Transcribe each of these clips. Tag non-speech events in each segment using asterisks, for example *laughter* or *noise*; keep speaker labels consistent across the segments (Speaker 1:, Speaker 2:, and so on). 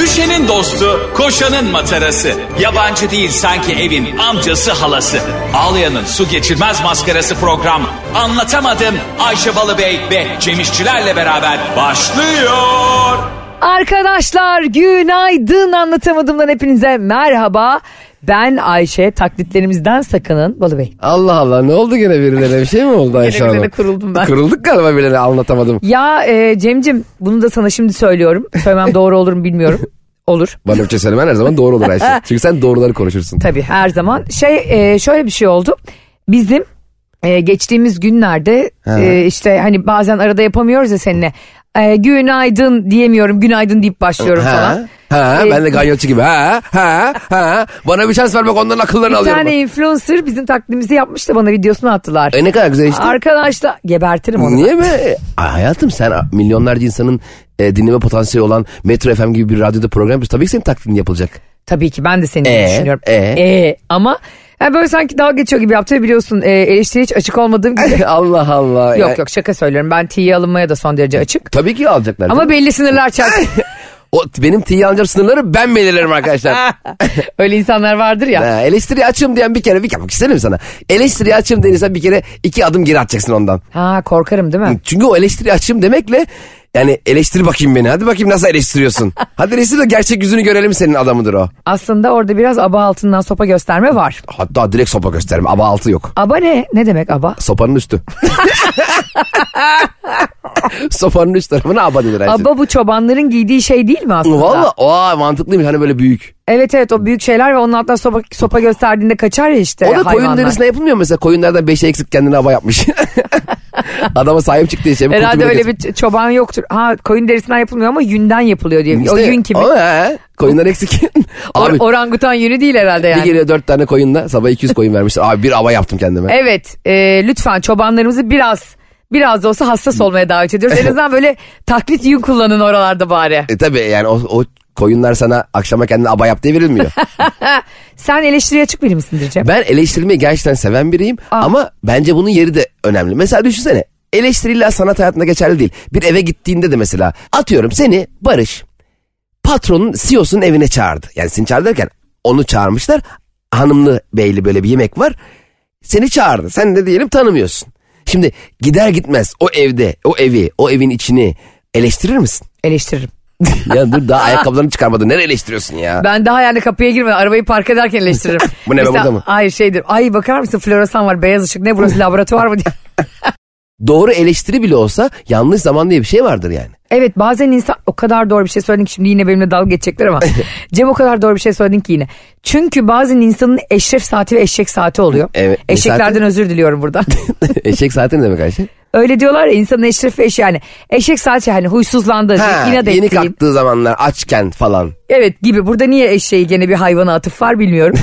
Speaker 1: Ayşe'nin dostu, koşanın matarası. Yabancı değil sanki evin amcası halası. Ağlayan'ın su geçirmez maskarası program. Anlatamadım Ayşe Balıbey ve Cemişçilerle beraber başlıyor.
Speaker 2: Arkadaşlar günaydın anlatamadımdan hepinize merhaba. Ben Ayşe taklitlerimizden sakının Balı Bey.
Speaker 3: Allah Allah ne oldu gene birilerine bir şey mi oldu Ayşe Hanım?
Speaker 2: birilerine kuruldum ben.
Speaker 3: Kurulduk galiba birilerine anlatamadım.
Speaker 2: Ya e, Cemcim bunu da sana şimdi söylüyorum. Söylemem doğru olur mu
Speaker 3: *laughs*
Speaker 2: bilmiyorum. Olur.
Speaker 3: Bana bir şey söylemen her zaman doğru olur Ayşe. Çünkü sen doğruları konuşursun.
Speaker 2: Tabii her zaman. Şey e, şöyle bir şey oldu. Bizim e, geçtiğimiz günlerde e, işte hani bazen arada yapamıyoruz ya seninle. E, günaydın diyemiyorum. Günaydın deyip başlıyorum
Speaker 3: Ha,
Speaker 2: falan.
Speaker 3: ha
Speaker 2: Ee,
Speaker 3: ben de ganyotçu gibi ha ha ha bana bir şans ver bak onların akıllarını
Speaker 2: Bir
Speaker 3: alıyorum.
Speaker 2: tane influencer bizim taklidimizi yapmış da bana videosunu attılar.
Speaker 3: E ne kadar güzel işte.
Speaker 2: Arkadaşlar gebertirim onu.
Speaker 3: Niye be? Aa, hayatım sen milyonlarca insanın e, dinleme potansiyeli olan Metro FM gibi bir radyoda program yapıyorsun. Tabii ki senin
Speaker 2: *laughs*
Speaker 3: taklidin yapılacak.
Speaker 2: Tabii ki ben de seni
Speaker 3: Ee,
Speaker 2: düşünüyorum.
Speaker 3: ee?
Speaker 2: Ee, ama yani böyle sanki dalga geçiyor gibi yaptı ve biliyorsun e, eleştiri hiç açık olmadığım
Speaker 3: *laughs*
Speaker 2: gibi.
Speaker 3: Allah Allah. ya.
Speaker 2: yok yok şaka söylüyorum ben T'ye alınmaya da son derece açık.
Speaker 3: Tabii ki alacaklar.
Speaker 2: Ama belli sınırlar
Speaker 3: *laughs*
Speaker 2: çarptı.
Speaker 3: o, benim tiye alacağım sınırları ben belirlerim arkadaşlar.
Speaker 2: *laughs* *laughs* Öyle insanlar vardır ya.
Speaker 3: Ha, eleştiri açım diyen bir kere bir kere bak isterim sana. Eleştiri açım diyen insan bir kere iki adım geri atacaksın ondan.
Speaker 2: Ha korkarım değil mi?
Speaker 3: Çünkü o eleştiri açım demekle yani eleştir bakayım beni. Hadi bakayım nasıl
Speaker 2: *laughs*
Speaker 3: eleştiriyorsun. Hadi eleştir de gerçek yüzünü görelim senin adamıdır o.
Speaker 2: Aslında orada biraz aba altından sopa gösterme var.
Speaker 3: Hatta direkt sopa gösterim. Aba altı yok.
Speaker 2: Aba ne? Ne demek aba? *laughs*
Speaker 3: Sopanın üstü. Sopanın üst tarafına aba denir. Ayşe.
Speaker 2: Aba bu çobanların giydiği şey değil mi aslında?
Speaker 3: Valla o mantıklıymış hani böyle büyük.
Speaker 2: Evet evet o büyük şeyler ve onun altından sopa, sopa gösterdiğinde kaçar ya işte
Speaker 3: O da koyun
Speaker 2: E, hayvanlar.
Speaker 3: derisine yapılmıyor mu? mesela. Koyunlardan beşe eksik kendine
Speaker 2: *laughs*
Speaker 3: aba yapmış. Adama sahip çıktığı için. bir
Speaker 2: Herhalde
Speaker 3: kurtulma
Speaker 2: öyle
Speaker 3: getirmiş.
Speaker 2: bir ç- çoban yoktur. Ha koyun derisinden yapılmıyor ama yünden yapılıyor diye. o
Speaker 3: İşte
Speaker 2: yün kimi.
Speaker 3: o he.
Speaker 2: *laughs*
Speaker 3: koyunlar eksik.
Speaker 2: Or-
Speaker 3: *laughs* Abi
Speaker 2: orangutan yünü değil herhalde
Speaker 3: bir
Speaker 2: yani.
Speaker 3: geliyor dört tane koyunla sabah 200 koyun vermişler. Abi bir ava yaptım kendime.
Speaker 2: Evet e, lütfen çobanlarımızı biraz biraz da olsa hassas olmaya davet ediyoruz.
Speaker 3: *laughs*
Speaker 2: En azından böyle taklit yün kullanın oralarda bari.
Speaker 3: E tabi yani o, o koyunlar sana akşama kendine aba yap
Speaker 2: *laughs*
Speaker 3: diye verilmiyor.
Speaker 2: Sen eleştiriye açık biri misindir Cem?
Speaker 3: ben eleştirilmeyi gerçekten seven biriyim ama bence bunun yeri de önemli. Mesela düşünsene eleştiriler sanat hayatında geçerli değil. Bir eve gittiğinde de mesela atıyorum seni Barış patronun CEO'sunun evine çağırdı. Yani seni çağırdı derken onu çağırmışlar. Hanımlı beyli böyle bir yemek var. Seni çağırdı. Sen de diyelim tanımıyorsun. Şimdi gider gitmez o evde, o evi, o evin içini eleştirir misin? *laughs*
Speaker 2: Eleştiririm.
Speaker 3: ya dur daha ayakkabılarını çıkarmadın. Nereye eleştiriyorsun ya?
Speaker 2: Ben daha yani kapıya girmeden arabayı park ederken eleştiririm.
Speaker 3: *laughs* Bu ne be,
Speaker 2: Mesela,
Speaker 3: burada mı?
Speaker 2: Hayır şeydir. Ay bakar mısın floresan var beyaz ışık ne burası laboratuvar mı diye.
Speaker 3: Doğru eleştiri bile olsa yanlış zaman diye bir şey vardır yani.
Speaker 2: Evet bazen insan o kadar doğru bir şey söyledin ki şimdi yine benimle dalga geçecekler
Speaker 3: *laughs*
Speaker 2: ama Cem o kadar doğru bir şey söyledin ki yine. Çünkü bazen insanın eşref saati ve eşek saati oluyor.
Speaker 3: Evet, e, ne
Speaker 2: Eşeklerden
Speaker 3: saati?
Speaker 2: özür diliyorum
Speaker 3: *laughs*
Speaker 2: burada.
Speaker 3: Eşek saati ne demek Ayşe?
Speaker 2: Öyle diyorlar ya insanın eşref ve eşeği yani. Eşek saati yani huysuzlandı,
Speaker 3: Ha,
Speaker 2: inat
Speaker 3: yeni
Speaker 2: ettiği.
Speaker 3: kalktığı zamanlar açken falan.
Speaker 2: Evet gibi burada niye eşeği gene bir hayvana atıf var bilmiyorum.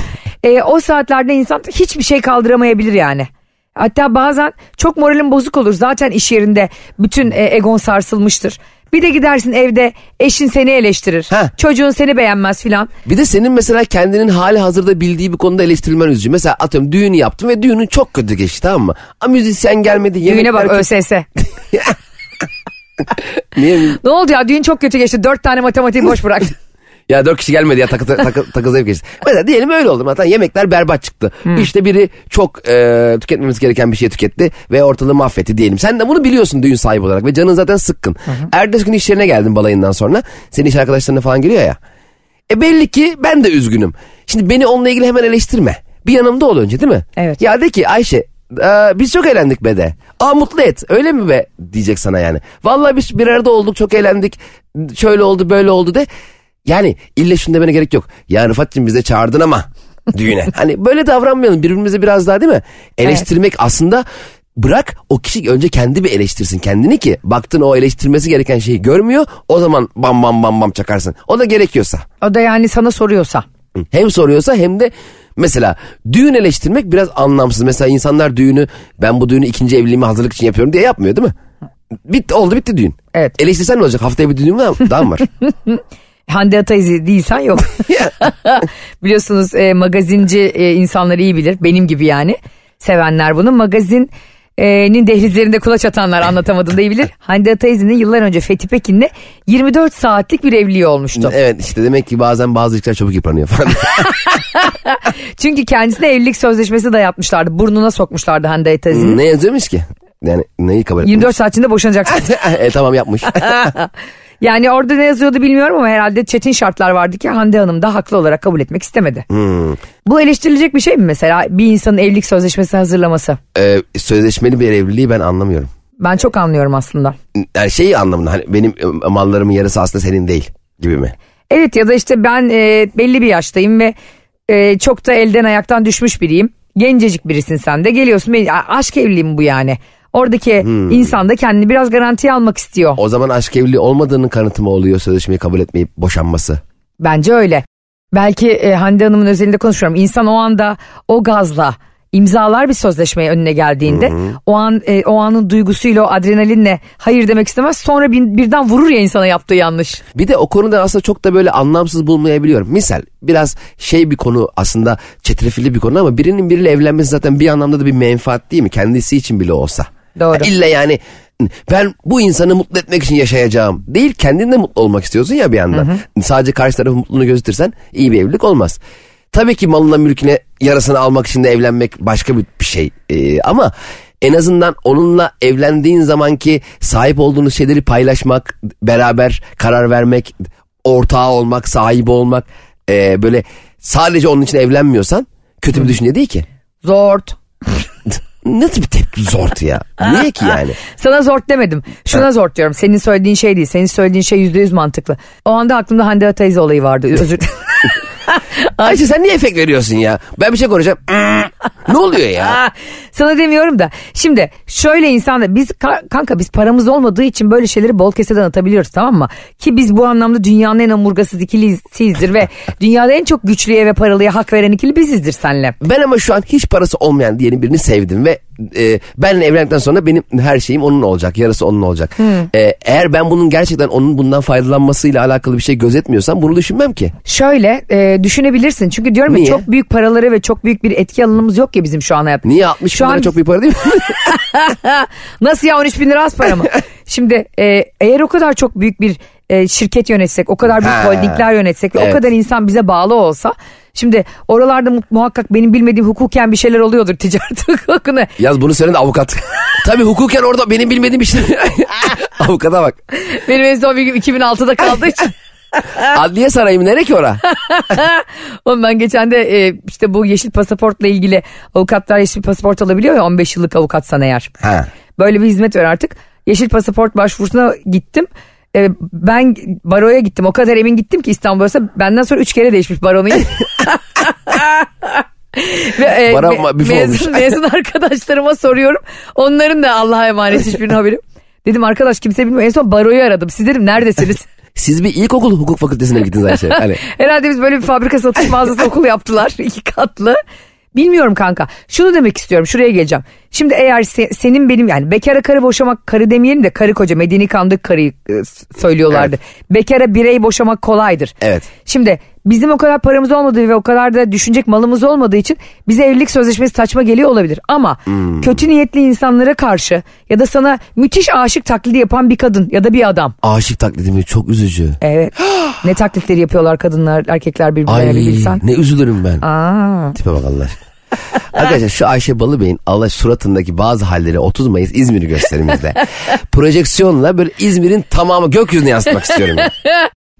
Speaker 2: Ee, o saatlerde insan hiçbir şey kaldıramayabilir yani. Hatta bazen çok moralim bozuk olur. Zaten iş yerinde bütün e, egon sarsılmıştır. Bir de gidersin evde eşin seni eleştirir.
Speaker 3: Heh.
Speaker 2: Çocuğun seni beğenmez filan.
Speaker 3: Bir de senin mesela kendinin hali hazırda bildiği bir konuda eleştirilmen üzücü. Mesela atıyorum düğünü yaptım ve düğünün çok kötü geçti tamam mı? A, müzisyen gelmedi.
Speaker 2: Düğüne
Speaker 3: yemekler
Speaker 2: bak
Speaker 3: kötü.
Speaker 2: ÖSS.
Speaker 3: Niye?
Speaker 2: ne oldu ya düğün çok kötü geçti. Dört tane matematik boş bıraktı.
Speaker 3: Ya dört kişi gelmedi ya takı, takı, *laughs* takı zevk geçti. Mesela diyelim öyle oldu. Zaten yemekler berbat çıktı.
Speaker 2: Hmm.
Speaker 3: İşte biri çok e, tüketmemiz gereken bir şey tüketti ve ortalığı mahvetti diyelim. Sen de bunu biliyorsun düğün sahibi olarak ve canın zaten sıkkın. Ertesi gün iş yerine geldin balayından sonra. Senin iş arkadaşlarına falan geliyor ya. E belli ki ben de üzgünüm. Şimdi beni onunla ilgili hemen eleştirme. Bir yanımda ol önce değil mi?
Speaker 2: Evet.
Speaker 3: Ya de ki Ayşe e, biz çok eğlendik be de. Aa mutlu et öyle mi be diyecek sana yani. Vallahi biz bir arada olduk çok eğlendik. Şöyle oldu böyle oldu de. Yani illa şunu demene gerek yok. Ya Rıfat'cığım bize çağırdın ama düğüne. hani böyle davranmayalım birbirimize biraz daha değil mi? Eleştirmek aslında bırak o kişi önce kendi bir eleştirsin kendini ki baktın o eleştirmesi gereken şeyi görmüyor o zaman bam bam bam bam çakarsın o da gerekiyorsa
Speaker 2: *laughs* O da yani sana soruyorsa.
Speaker 3: hem soruyorsa hem de mesela düğün eleştirmek biraz anlamsız. Mesela insanlar düğünü ben bu düğünü ikinci evliliğime hazırlık için yapıyorum diye yapmıyor değil mi? Bitti oldu bitti düğün.
Speaker 2: Evet.
Speaker 3: Eleştirsen ne olacak? Haftaya bir düğün var, daha mı var?
Speaker 2: Hande Ataizi değilsen *laughs* yok. Biliyorsunuz e, magazinci e, insanları iyi bilir. Benim gibi yani. Sevenler bunu. Magazin e, nin dehlizlerinde kulaç atanlar anlatamadı diyebilir. Hande Ataizm'in yıllar önce Fethi Pekin'le 24 saatlik bir evliliği olmuştu.
Speaker 3: *laughs* Evet işte demek ki bazen bazı ilişkiler çabuk yıpranıyor falan.
Speaker 2: Çünkü kendisine evlilik sözleşmesi de yapmışlardı. Burnuna sokmuşlardı Hande Ataizm'i.
Speaker 3: ne yazıyormuş ki? Yani neyi kabul etmiş?
Speaker 2: 24 saat içinde boşanacaksın.
Speaker 3: *laughs* e, tamam yapmış.
Speaker 2: Yani orada ne yazıyordu bilmiyorum ama herhalde çetin şartlar vardı ki Hande Hanım da haklı olarak kabul etmek istemedi.
Speaker 3: Hmm.
Speaker 2: Bu eleştirilecek bir şey mi mesela bir insanın evlilik sözleşmesi hazırlaması?
Speaker 3: Ee, sözleşmeli bir evliliği ben anlamıyorum.
Speaker 2: Ben çok anlıyorum aslında.
Speaker 3: Yani şey anlamında hani benim e, mallarımın yarısı aslında senin değil gibi mi?
Speaker 2: Evet ya da işte ben e, belli bir yaştayım ve e, çok da elden ayaktan düşmüş biriyim. Gencecik birisin sen de geliyorsun. Ben- A- aşk evliliği mi bu yani? Oradaki insan da kendini biraz garantiye almak istiyor.
Speaker 3: O zaman aşk evliliği olmadığının kanıtı mı oluyor sözleşmeyi kabul etmeyip boşanması?
Speaker 2: Bence öyle. Belki e, Hande Hanım'ın özelinde konuşuyorum. İnsan o anda o gazla imzalar bir sözleşmeye önüne geldiğinde o an e, o anın duygusuyla o adrenalinle hayır demek istemez. Sonra bir- birden vurur ya insana yaptığı yanlış.
Speaker 3: Bir de o konuda aslında çok da böyle anlamsız bulmayabiliyorum. Misal biraz şey bir konu aslında çetrefilli bir konu ama birinin biriyle evlenmesi zaten bir anlamda da bir menfaat değil mi? Kendisi için bile olsa.
Speaker 2: Doğru.
Speaker 3: illa yani ben bu insanı mutlu etmek için yaşayacağım. Değil kendin de mutlu olmak istiyorsun ya bir yandan. Sadece karşı tarafın mutluluğunu gösterirsen iyi bir evlilik olmaz. Tabii ki malına mülküne yarasını almak için de evlenmek başka bir bir şey. Ee, ama en azından onunla evlendiğin zamanki sahip olduğunuz şeyleri paylaşmak, beraber karar vermek, ortağı olmak, sahibi olmak. ee, böyle sadece onun için evlenmiyorsan kötü bir düşünce değil ki.
Speaker 2: Zort.
Speaker 3: Nasıl bir tepki zortu ya? Niye ki yani?
Speaker 2: Sana zort demedim. Şuna zort diyorum. Senin söylediğin şey değil. Senin söylediğin şey yüzde yüz mantıklı. O anda aklımda Hande Ataiz olayı vardı. Özür
Speaker 3: Ayşe sen niye efekt veriyorsun ya? Ben bir şey konuşacağım.
Speaker 2: *laughs*
Speaker 3: ne oluyor ya?
Speaker 2: Ah, *laughs* Sana demiyorum da. Şimdi şöyle insanlar biz ka- kanka biz paramız olmadığı için böyle şeyleri bol keseden atabiliyoruz tamam mı? Ki biz bu anlamda dünyanın en omurgasız ikilisiyizdir
Speaker 3: *laughs*
Speaker 2: ve dünyada en çok güçlüye ve paralıya hak veren ikili bizizdir senle.
Speaker 3: Ben ama şu an hiç parası olmayan diyelim birini sevdim ve e, benle evlendikten sonra benim her şeyim onun olacak. Yarısı onun olacak. E, eğer ben bunun gerçekten onun bundan faydalanmasıyla alakalı bir şey gözetmiyorsam bunu düşünmem ki.
Speaker 2: Şöyle e, düşünebilirsin çünkü diyorum ya
Speaker 3: Niye?
Speaker 2: çok büyük paraları ve çok büyük bir etki alanımız yok ya bizim şu an hayatımızda.
Speaker 3: Niye 60
Speaker 2: Şu
Speaker 3: bin lira
Speaker 2: an-
Speaker 3: çok bir para değil
Speaker 2: *laughs*
Speaker 3: mi?
Speaker 2: Nasıl ya 13 bin lira az
Speaker 3: *laughs*
Speaker 2: para mı? Şimdi e, eğer o kadar çok büyük bir e, şirket yönetsek, o kadar büyük
Speaker 3: Ha.
Speaker 2: holdingler yönetsek ve o
Speaker 3: Evet.
Speaker 2: kadar insan bize bağlı olsa... Şimdi oralarda mu- muhakkak benim bilmediğim hukuken bir şeyler oluyordur ticaret *laughs* hukukuna.
Speaker 3: Yaz bunu söyleyen
Speaker 2: *laughs*
Speaker 3: de avukat. Tabii hukuken orada benim bilmediğim bir şey. Avukata bak.
Speaker 2: Benim en son bilgim 2006'da kaldığı
Speaker 3: *laughs*
Speaker 2: için.
Speaker 3: Adliye sarayım nereye ki
Speaker 2: *laughs*
Speaker 3: ora?
Speaker 2: Oğlum ben geçen de e, işte bu yeşil pasaportla ilgili avukatlar yeşil pasaport alabiliyor ya 15 yıllık avukatsan eğer.
Speaker 3: Ha.
Speaker 2: Böyle bir hizmet ver artık. Yeşil pasaport başvurusuna gittim. E, ben baroya gittim. O kadar emin gittim ki İstanbul Barosu'na. Benden sonra üç kere değişmiş baronu. *laughs* Ve, e,
Speaker 3: Baro
Speaker 2: me-
Speaker 3: ma- büfe
Speaker 2: mezun,
Speaker 3: olmuş.
Speaker 2: mezun arkadaşlarıma soruyorum. Onların da Allah'a emanet hiçbirinin haberi. yok. Dedim arkadaş kimse bilmiyor. En son baroyu aradım. Siz dedim neredesiniz?
Speaker 3: Siz bir ilkokul hukuk fakültesine mi gittiniz Ayşe?
Speaker 2: *laughs*
Speaker 3: Hani
Speaker 2: Herhalde biz böyle bir fabrika satış mağazası okulu yaptılar. iki katlı. Bilmiyorum kanka. Şunu demek istiyorum. Şuraya geleceğim. Şimdi eğer se- senin benim yani bekara karı boşamak karı demeyelim de karı koca medeni kandık karıyı e, s- söylüyorlardı. Bekara birey boşamak kolaydır.
Speaker 3: Evet.
Speaker 2: Şimdi bizim o kadar paramız olmadığı ve o kadar da düşünecek malımız olmadığı için bize evlilik sözleşmesi saçma geliyor olabilir. Ama
Speaker 3: Hmm.
Speaker 2: kötü niyetli insanlara karşı ya da sana müthiş aşık taklidi yapan bir kadın ya da bir adam.
Speaker 3: aşık taklidimi çok üzücü. *gasps*
Speaker 2: Evet. ne taklitleri yapıyorlar kadınlar, erkekler birbirlerine bir bilsen.
Speaker 3: ne üzülürüm ben. Tipe bak Allah aşkına. Arkadaşlar şu Ayşe Balıbey'in Allah suratındaki bazı halleri 30 Mayıs İzmir gösterimizde projeksiyonla böyle İzmir'in tamamı gökyüzüne yansıtmak istiyorum. ya.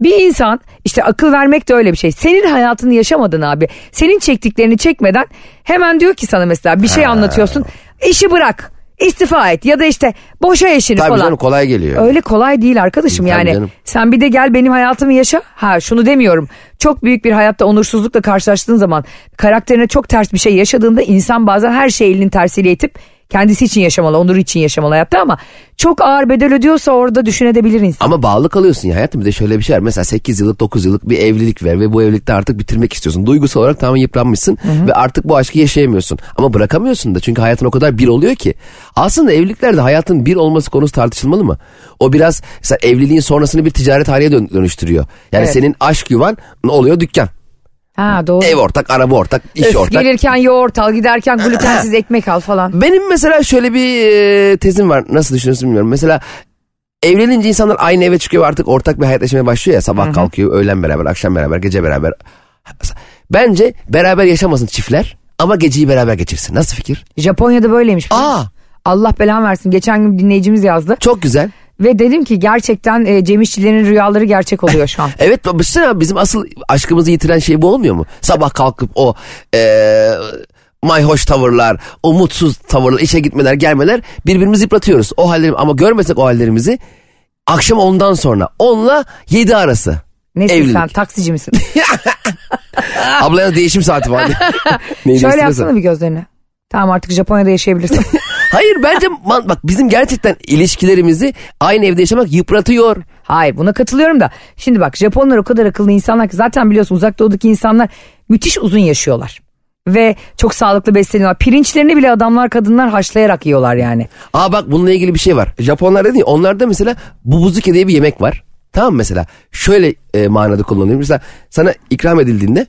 Speaker 2: Bir insan işte akıl vermek de öyle bir şey. Senin hayatını yaşamadın abi. Senin çektiklerini çekmeden hemen diyor ki sana mesela bir şey anlatıyorsun. İşi bırak. istifa et ya da işte boşa eşini
Speaker 3: Tabii
Speaker 2: falan.
Speaker 3: canım kolay geliyor.
Speaker 2: Öyle kolay değil arkadaşım
Speaker 3: Tabii
Speaker 2: yani.
Speaker 3: canım.
Speaker 2: Sen bir de gel benim hayatımı yaşa. Ha şunu demiyorum. Çok büyük bir hayatta onursuzlukla karşılaştığın zaman karakterine çok ters bir şey yaşadığında insan bazen her şeyi elinin tersiyle itip kendisi için yaşamalı, onur için yaşamalı hayatta ama çok ağır bedel ödüyorsa orada düşünebilir insan.
Speaker 3: Ama bağlı kalıyorsun ya hayatım bir de şöyle bir şey var. Mesela 8 yıllık 9 yıllık bir evlilik ver ve bu evlilikte artık bitirmek istiyorsun. Duygusal olarak tamamen yıpranmışsın ve artık bu aşkı yaşayamıyorsun. Ama bırakamıyorsun da çünkü hayatın o kadar bir oluyor ki. Aslında evliliklerde hayatın bir olması konusu tartışılmalı mı? O biraz mesela evliliğin sonrasını bir ticaret haline dön- dönüştürüyor. Yani
Speaker 2: Evet.
Speaker 3: senin aşk yuvan ne oluyor dükkan.
Speaker 2: Ha doğru.
Speaker 3: Ev ortak, araba ortak, iş
Speaker 2: Öf,
Speaker 3: ortak.
Speaker 2: Gelirken yoğurt al giderken
Speaker 3: *laughs*
Speaker 2: glutensiz ekmek al falan.
Speaker 3: Benim mesela şöyle bir e, tezim var. Nasıl düşünüyorsun bilmiyorum. Mesela evlenince insanlar aynı eve çıkıyor ve artık ortak bir hayat yaşamaya başlıyor ya. Sabah kalkıyor, öğlen beraber, akşam beraber, gece beraber. Bence beraber yaşamasın çiftler ama geceyi beraber geçirsin. Nasıl fikir?
Speaker 2: Japonya'da böyleymiş. biliyor
Speaker 3: Aa.
Speaker 2: musun? Allah belamı versin. Geçen gün dinleyicimiz yazdı.
Speaker 3: Çok güzel.
Speaker 2: Ve dedim ki gerçekten e, Cem İşçilerin rüyaları gerçek oluyor şu
Speaker 3: *laughs*
Speaker 2: an.
Speaker 3: Evet düşünsene bizim asıl aşkımızı yitiren şey bu olmuyor mu? Sabah kalkıp o eee mayhoş tavırlar, o mutsuz tavırlar, işe gitmeler, gelmeler birbirimizi yıpratıyoruz. O hallerim ama görmesek o hallerimizi akşam ondan sonra onla 7 arası.
Speaker 2: Nesin
Speaker 3: Evlilik.
Speaker 2: sen taksici misin?
Speaker 3: Ablaya değişim saati
Speaker 2: *laughs*
Speaker 3: var. Neyi
Speaker 2: Ah. Şöyle
Speaker 3: değiştiriyorsa.
Speaker 2: yapsana bir gözlerini. Tamam artık Japonya'da
Speaker 3: *laughs*
Speaker 2: yaşayabilirsin.
Speaker 3: Hayır bence man- bak bizim gerçekten ilişkilerimizi aynı evde yaşamak yıpratıyor.
Speaker 2: Hayır buna katılıyorum da. Şimdi bak Japonlar o kadar akıllı insanlar ki zaten biliyorsun uzak doğudaki insanlar müthiş uzun yaşıyorlar. Ve çok sağlıklı besleniyorlar. Pirinçlerini bile adamlar kadınlar haşlayarak yiyorlar yani.
Speaker 3: Aa bak bununla ilgili bir şey var. Japonlar dedi ya onlarda mesela bubuzuke diye bir yemek var. Tamam mı mesela? Şöyle e, manada kullanılıyor. Mesela sana ikram edildiğinde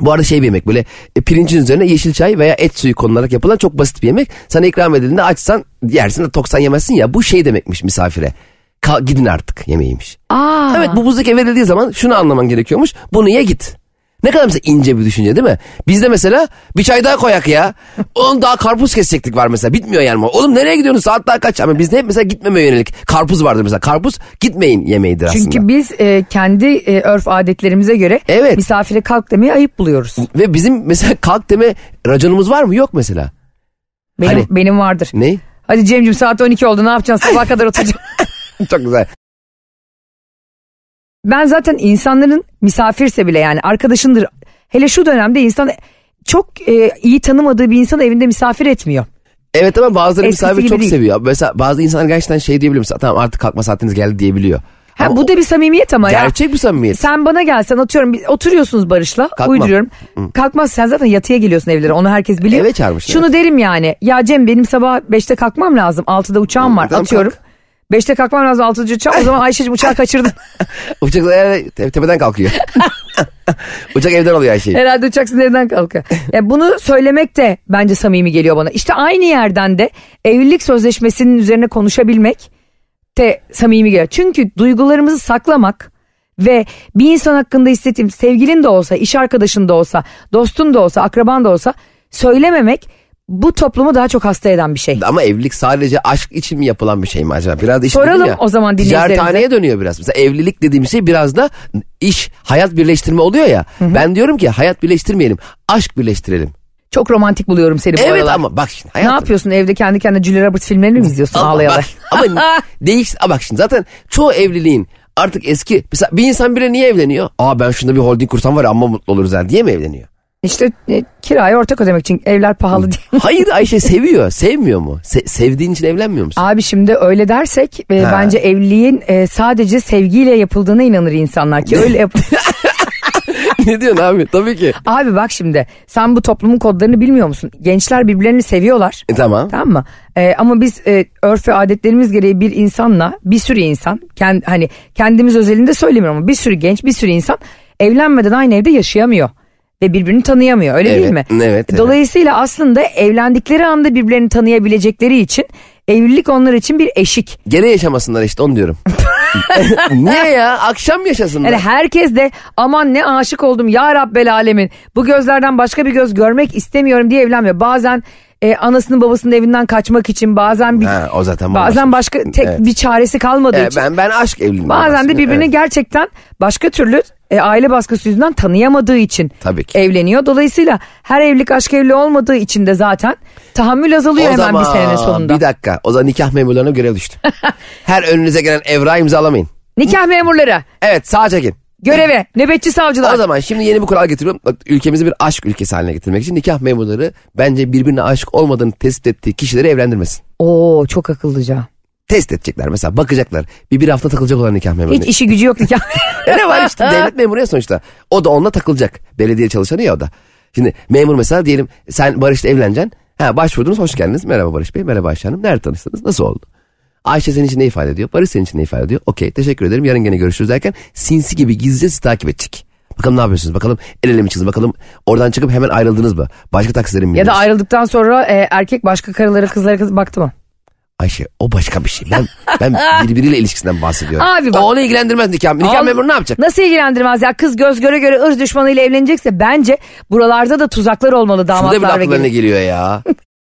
Speaker 3: bu arada şey bir yemek böyle e, pirincin üzerine yeşil çay veya et suyu konularak yapılan çok basit bir yemek. Sana ikram edildiğinde açsan yersin de toksan yemezsin ya bu şey demekmiş misafire. Kal, gidin artık yemeğiymiş.
Speaker 2: Aa.
Speaker 3: Evet bu buzluk verildiği zaman şunu anlaman gerekiyormuş. Bunu ye git. Ne kadar mesela ince bir düşünce değil mi? Bizde mesela bir çay daha
Speaker 2: *laughs*
Speaker 3: koyak ya. Oğlum daha karpuz kesecektik var mesela. Bitmiyor yani. Oğlum nereye gidiyorsunuz? Saat daha kaç? Ama bizde hep mesela gitmeme yönelik. Karpuz vardır mesela. Karpuz gitmeyin yemeğidir aslında.
Speaker 2: Çünkü biz e, kendi e, örf adetlerimize göre
Speaker 3: Evet. Hani
Speaker 2: misafire kalk demeye ayıp buluyoruz.
Speaker 3: Ve bizim mesela kalk deme raconumuz var mı? Yok mesela.
Speaker 2: Benim,
Speaker 3: Hani-
Speaker 2: benim vardır. *laughs*
Speaker 3: Ne?
Speaker 2: Hadi Cem'cim saat 12 oldu ne yapacaksın sabah
Speaker 3: *laughs*
Speaker 2: kadar oturacaksın.
Speaker 3: Çok güzel.
Speaker 2: Ben zaten insanların misafirse bile yani arkadaşındır. Hele şu dönemde insan çok e, iyi tanımadığı bir insanı evinde misafir etmiyor.
Speaker 3: Evet ama bazıları
Speaker 2: Eskisi
Speaker 3: misafir
Speaker 2: gibi
Speaker 3: çok
Speaker 2: değil.
Speaker 3: seviyor. Mesela bazı insanlar gerçekten şey diyebiliyor. Mesela, tamam artık kalkma saatiniz geldi diyebiliyor.
Speaker 2: Ha,
Speaker 3: Ama
Speaker 2: bu da bir samimiyet ama ya.
Speaker 3: gerçek bir samimiyet.
Speaker 2: Sen bana gelsen atıyorum bir- oturuyorsunuz Barış'la
Speaker 3: Kalkmam.
Speaker 2: uyduruyorum. Kalkmaz sen zaten yatıya geliyorsun evlere onu herkes biliyor.
Speaker 3: Eve çağırmışlar.
Speaker 2: Şunu derim yani ya Cem benim sabah 5'te kalkmam lazım 6'da uçağım var
Speaker 3: tamam,
Speaker 2: atıyorum.
Speaker 3: kalk.
Speaker 2: 5'te kalkmam lazım 6'da uçağım o zaman Ayşe'cim uçağı kaçırdın.
Speaker 3: Uçak e, te- tepeden kalkıyor. *laughs* Uçak evden alıyor her şeyi.
Speaker 2: Herhalde uçak sinirinden kalkıyor. Ya bunu söylemek de bence samimi geliyor bana. İşte aynı yerden de evlilik sözleşmesinin üzerine konuşabilmek de samimi geliyor. Çünkü duygularımızı saklamak ve bir insan hakkında hissettiğim sevgilin de olsa, iş arkadaşın da olsa, dostun da olsa, akraban da olsa söylememek bu toplumu daha çok hasta eden bir şey.
Speaker 3: Ama evlilik sadece aşk için mi yapılan bir şey mi acaba? Biraz da iş
Speaker 2: Soralım
Speaker 3: dedim ya,
Speaker 2: o zaman dinleyicilerimize.
Speaker 3: Ticarethaneye dönüyor biraz. Mesela evlilik dediğim şey biraz da iş, hayat birleştirme oluyor ya. Ben diyorum ki hayat birleştirmeyelim, aşk birleştirelim.
Speaker 2: Çok romantik buluyorum seni bu
Speaker 3: evet
Speaker 2: aralar.
Speaker 3: ama bak şimdi
Speaker 2: Ne
Speaker 3: hayatım.
Speaker 2: yapıyorsun evde kendi kendine Julia Roberts filmlerini mi izliyorsun
Speaker 3: Ama
Speaker 2: ağlayarak?
Speaker 3: Bak, ama değiş, ama bak şimdi zaten çoğu evliliğin artık eski. Mesela bir insan bile niye evleniyor? Aa ben şunda bir holding kursam var ya amma mutlu oluruz yani diye
Speaker 2: *laughs*
Speaker 3: mi evleniyor?
Speaker 2: *laughs* İşte e, kirayı ortak ödemek için evler
Speaker 3: *laughs*
Speaker 2: pahalı diye.
Speaker 3: Hayır Ayşe seviyor. Sevmiyor mu? Se- sevdiğin için evlenmiyor musun?
Speaker 2: Abi şimdi öyle dersek e,
Speaker 3: Ha.
Speaker 2: bence evliliğin e, sadece sevgiyle yapıldığına inanır insanlar ki öyle yap-
Speaker 3: *laughs*
Speaker 2: *laughs*
Speaker 3: ne diyorsun abi? Tabii ki.
Speaker 2: Abi bak şimdi sen bu toplumun kodlarını bilmiyor musun? Gençler birbirlerini seviyorlar.
Speaker 3: E, tamam.
Speaker 2: Tamam mı? E, ama biz e, örf ve adetlerimiz gereği bir insanla bir sürü insan kend, hani kendimiz özelinde söylemiyorum ama bir sürü genç bir sürü insan evlenmeden aynı evde yaşayamıyor ve birbirini tanıyamıyor öyle değil mi?
Speaker 3: Evet, evet, evet.
Speaker 2: Dolayısıyla aslında evlendikleri anda birbirlerini tanıyabilecekleri için evlilik onlar için bir eşik.
Speaker 3: Gene yaşamasınlar işte
Speaker 2: *laughs*
Speaker 3: onu diyorum. Niye ya? Akşam yaşasınlar.
Speaker 2: Yani herkes de aman ne aşık oldum ya Rabbel alemin. Bu gözlerden başka bir göz görmek istemiyorum diye evlenmiyor. Bazen e, anasının babasının evinden kaçmak için bazen bir
Speaker 3: Ha, o zaten şey.
Speaker 2: bazen başka tek
Speaker 3: Evet.
Speaker 2: bir çaresi kalmadığı
Speaker 3: Ee,
Speaker 2: için.
Speaker 3: ben ben aşk evliliği.
Speaker 2: Bazen de birbirini
Speaker 3: Evet.
Speaker 2: gerçekten başka türlü e, aile baskısı yüzünden tanıyamadığı için *laughs*
Speaker 3: Tabii ki.
Speaker 2: evleniyor. Dolayısıyla her evlilik aşk evliliği olmadığı için de zaten tahammül azalıyor
Speaker 3: o
Speaker 2: hemen
Speaker 3: zaman,
Speaker 2: bir senenin sonunda.
Speaker 3: Bir dakika. O zaman nikah memurlarına
Speaker 2: *laughs*
Speaker 3: görev düştü. Her önünüze gelen evrağı imzalamayın.
Speaker 2: Nikah memurları
Speaker 3: Evet sağ çekin.
Speaker 2: göreve nöbetçi savcılar.
Speaker 3: O zaman şimdi yeni bir kural getiriyorum. Bak, ülkemizi bir aşk ülkesi haline getirmek için nikah memurları bence birbirine aşık olmadığını tespit ettiği kişileri evlendirmesin.
Speaker 2: Oo çok akıllıca.
Speaker 3: Test edecekler mesela bakacaklar. Bir bir hafta takılacak olan nikah memuruna.
Speaker 2: Hiç işi gücü yok nikah.
Speaker 3: E Hani- *laughs* ne var işte
Speaker 2: *laughs*
Speaker 3: devlet memuru ya sonuçta. O da onunla takılacak. Belediye çalışanı ya o da. Şimdi memur mesela diyelim sen Barış'la evleneceksin. Ha başvurdunuz hoş geldiniz. Merhaba Barış Bey, merhaba Ayşe Hanım. Nerede tanıştınız? Nasıl oldu? Ayşe senin için ne ifade ediyor? Barış senin için ne ifade ediyor? Okey teşekkür ederim yarın gene görüşürüz derken sinsi gibi gizlice sizi takip edecek. Bakalım ne yapıyorsunuz? Bakalım el ele mi çıktınız? Bakalım oradan çıkıp hemen ayrıldınız mı? Başka taksilerin mi?
Speaker 2: Ya da
Speaker 3: bindiniz?
Speaker 2: ayrıldıktan sonra e, erkek başka karılara kızlara kız baktı mı?
Speaker 3: Ayşe o başka bir şey. Ben
Speaker 2: *laughs*
Speaker 3: ben birbiriyle ilişkisinden bahsediyorum.
Speaker 2: Abi bak-
Speaker 3: O onu ilgilendirmez nikah. Nikah
Speaker 2: Al-
Speaker 3: memuru ne yapacak?
Speaker 2: Nasıl ilgilendirmez ya kız göz göre göre ırz düşmanıyla evlenecekse bence buralarda da tuzaklar olmalı
Speaker 3: Burada bile
Speaker 2: damatlar ve gelin.
Speaker 3: akıllarına geliyor ya.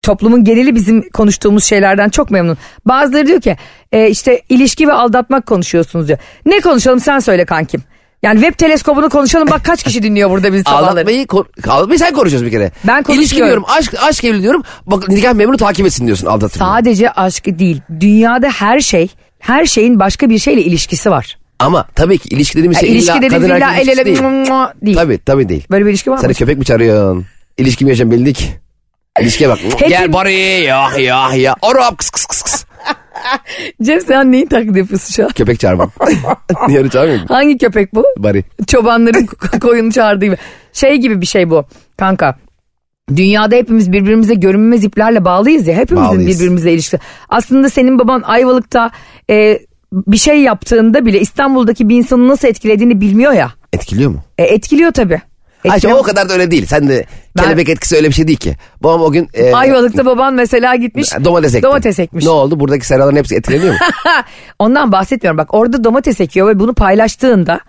Speaker 2: Toplumun geneli bizim konuştuğumuz şeylerden çok memnun. Bazıları diyor ki e, işte ilişki ve aldatmak konuşuyorsunuz diyor. Ne konuşalım sen söyle kankim. Yani web teleskobunu konuşalım bak kaç kişi dinliyor burada
Speaker 3: *laughs*
Speaker 2: biz sabahları.
Speaker 3: Ağlatmayı, ko- ağlatmayı sen konuşuyorsun bir kere.
Speaker 2: Ben konuşuyorum.
Speaker 3: İlişki diyorum, aşk, aşk evli diyorum. Bak nikah memuru takip etsin diyorsun aldatır.
Speaker 2: Sadece aşkı değil dünyada her şey her şeyin başka bir şeyle ilişkisi var.
Speaker 3: Ama tabii ki ilişki dediğimiz şey
Speaker 2: ilişki
Speaker 3: illa kadın
Speaker 2: dediğimiz illa
Speaker 3: erkek
Speaker 2: el ele
Speaker 3: ilişkisi değil.
Speaker 2: değil. değil.
Speaker 3: Tabii tabii değil.
Speaker 2: Böyle bir ilişki var mı?
Speaker 3: Sen de köpek mi çağırıyorsun? İlişki mi yaşayan belli ki. İlişkiye bak.
Speaker 2: Peki-
Speaker 3: Gel bari ya ya ya. Arap kıs kıs kıs kıs.
Speaker 2: Cem sen neyi taklit yapıyorsun şu an?
Speaker 3: Köpek çağırmam. *laughs* Yarı çağırmıyor musun?
Speaker 2: Hangi köpek bu?
Speaker 3: Bari. *laughs*
Speaker 2: Çobanların koyunu çağırdığı gibi. Şey gibi bir şey bu kanka. Dünyada hepimiz birbirimize görünmez iplerle bağlıyız ya. Hepimizin
Speaker 3: Bağlıyız.
Speaker 2: birbirimizle ilişkisi. Aslında senin baban Ayvalık'ta e, bir şey yaptığında bile İstanbul'daki bir insanı nasıl etkilediğini bilmiyor ya.
Speaker 3: Etkiliyor mu?
Speaker 2: E, etkiliyor tabii.
Speaker 3: Ayşe
Speaker 2: Etkiliyor.
Speaker 3: o kadar da öyle değil. Sen de
Speaker 2: Ben-
Speaker 3: kelebek etkisi öyle bir şey değil ki. Babam o gün e,
Speaker 2: Ayvalık'ta baban mesela gitmiş.
Speaker 3: domates ekti.
Speaker 2: Domates ekmiş.
Speaker 3: Ne oldu? Buradaki seraların hepsi
Speaker 2: *laughs*
Speaker 3: etkileniyor mu?
Speaker 2: Ondan bahsetmiyorum. Bak orada domates ekiyor ve bunu paylaştığında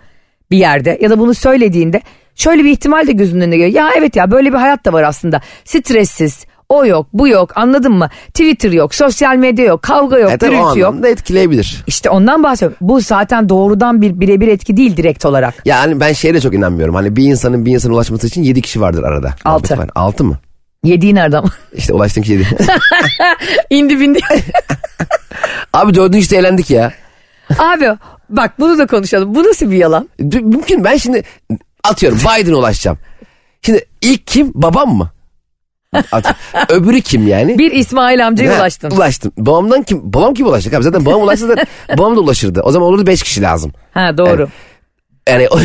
Speaker 2: bir yerde ya da bunu söylediğinde şöyle bir ihtimal de gözünün önüne geliyor. Ya evet ya böyle bir hayat da var aslında. Stressiz. O yok, bu yok. Anladın mı? Twitter yok, sosyal medya yok, kavga yok,
Speaker 3: E tabii o
Speaker 2: gürültü yok.
Speaker 3: anlamda etkileyebilir.
Speaker 2: İşte ondan bahsediyorum. Bu zaten doğrudan bir birebir etki değil direkt olarak.
Speaker 3: Yani ben şeye de çok inanmıyorum. Hani bir insanın bir insana ulaşması için 7 kişi vardır arada.
Speaker 2: Altı.
Speaker 3: Var. 6 mı?
Speaker 2: Yediğin nereden?
Speaker 3: İşte ulaştın ki 7.
Speaker 2: *laughs* İndi bindi.
Speaker 3: *laughs* Abi dördüncü işte eğlendik ya.
Speaker 2: *laughs* Abi bak bunu da konuşalım. Bu nasıl bir yalan?
Speaker 3: D- Mümkün ben şimdi atıyorum Biden'a ulaşacağım. Şimdi ilk kim? Babam mı?
Speaker 2: *laughs*
Speaker 3: At- Öbürü kim yani?
Speaker 2: Bir İsmail amcaya
Speaker 3: Ha,
Speaker 2: ulaştın.
Speaker 3: Ulaştım. Babamdan kim? Babam kim ulaşacak abi? Zaten babam
Speaker 2: *laughs*
Speaker 3: ulaşsa zaten babam da ulaşırdı. O zaman olurdu 5 kişi lazım.
Speaker 2: Ha doğru.
Speaker 3: Yani
Speaker 2: *laughs*
Speaker 3: o-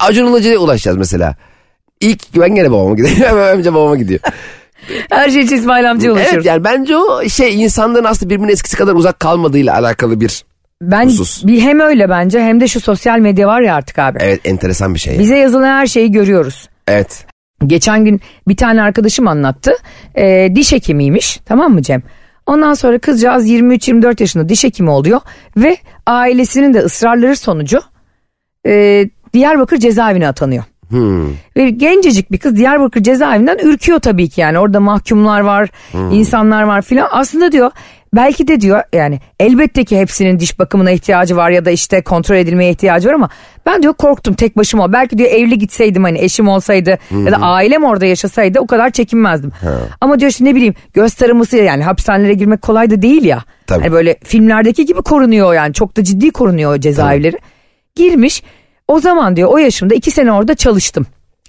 Speaker 3: Acun Ilıcı'ya ulaşacağız mesela. İlk ben gene babama gidiyorum. *laughs* Hemen önce babama gidiyor.
Speaker 2: Her şey için İsmail amcaya ulaşır.
Speaker 3: Evet yani bence o şey insanların aslında birbirinin eskisi kadar uzak kalmadığıyla alakalı bir
Speaker 2: Ben
Speaker 3: Husus.
Speaker 2: bir hem öyle bence hem de şu sosyal medya var ya artık abi.
Speaker 3: evet enteresan bir şey.
Speaker 2: Bize yazılan her şeyi görüyoruz.
Speaker 3: Evet.
Speaker 2: Geçen gün bir tane arkadaşım anlattı. Ee, diş hekimiymiş tamam mı Cem? Ondan sonra kızcağız 23-24 yaşında diş hekimi oluyor ve ailesinin de ısrarları sonucu e, Diyarbakır cezaevine atanıyor.
Speaker 3: Hmm.
Speaker 2: Ve gencecik bir kız Diyarbakır cezaevinden ürküyor tabii ki yani orada mahkumlar var, insanlar var filan. Aslında diyor belki de diyor yani elbette ki hepsinin diş bakımına ihtiyacı var ya da işte kontrol edilmeye ihtiyacı var ama ben diyor korktum tek başıma. Belki diyor evli gitseydim hani eşim olsaydı ya da ailem orada yaşasaydı o kadar çekinmezdim. Ama diyor işte ne bileyim göz taraması yani hapishanelere girmek kolay da değil ya.
Speaker 3: Tabii.
Speaker 2: Hani böyle filmlerdeki gibi korunuyor yani çok da ciddi korunuyor o cezaevleri. Girmiş o zaman diyor o yaşımda iki sene orada çalıştım.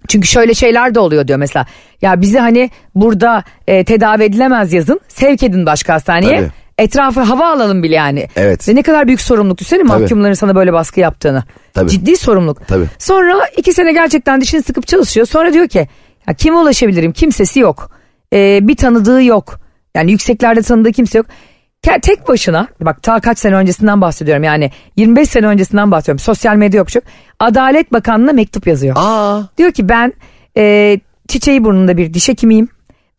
Speaker 2: Çünkü şöyle şeyler de oluyor diyor mesela. Ya bizi hani burada e, tedavi edilemez yazın sevk edin başka hastaneye.
Speaker 3: Tabii.
Speaker 2: Etrafı hava alalım bile yani.
Speaker 3: Evet.
Speaker 2: Ve ne kadar büyük sorumluluk düşünsene mahkumların sana böyle baskı yaptığını.
Speaker 3: Tabii.
Speaker 2: Ciddi sorumluluk.
Speaker 3: Tabii.
Speaker 2: Sonra iki sene gerçekten dişini sıkıp çalışıyor. Sonra diyor ki ya kime ulaşabilirim? Kimsesi yok. Ee, bir tanıdığı yok. Yani yükseklerde tanıdığı kimse yok. Ke- Tek başına bak ta kaç sene öncesinden bahsediyorum yani 25 sene öncesinden bahsediyorum. Sosyal medya yok bir şey yok. Adalet Bakanlığı'na mektup yazıyor.
Speaker 3: Aa.
Speaker 2: Diyor ki ben e, çiçeği burnunda bir diş hekimiyim.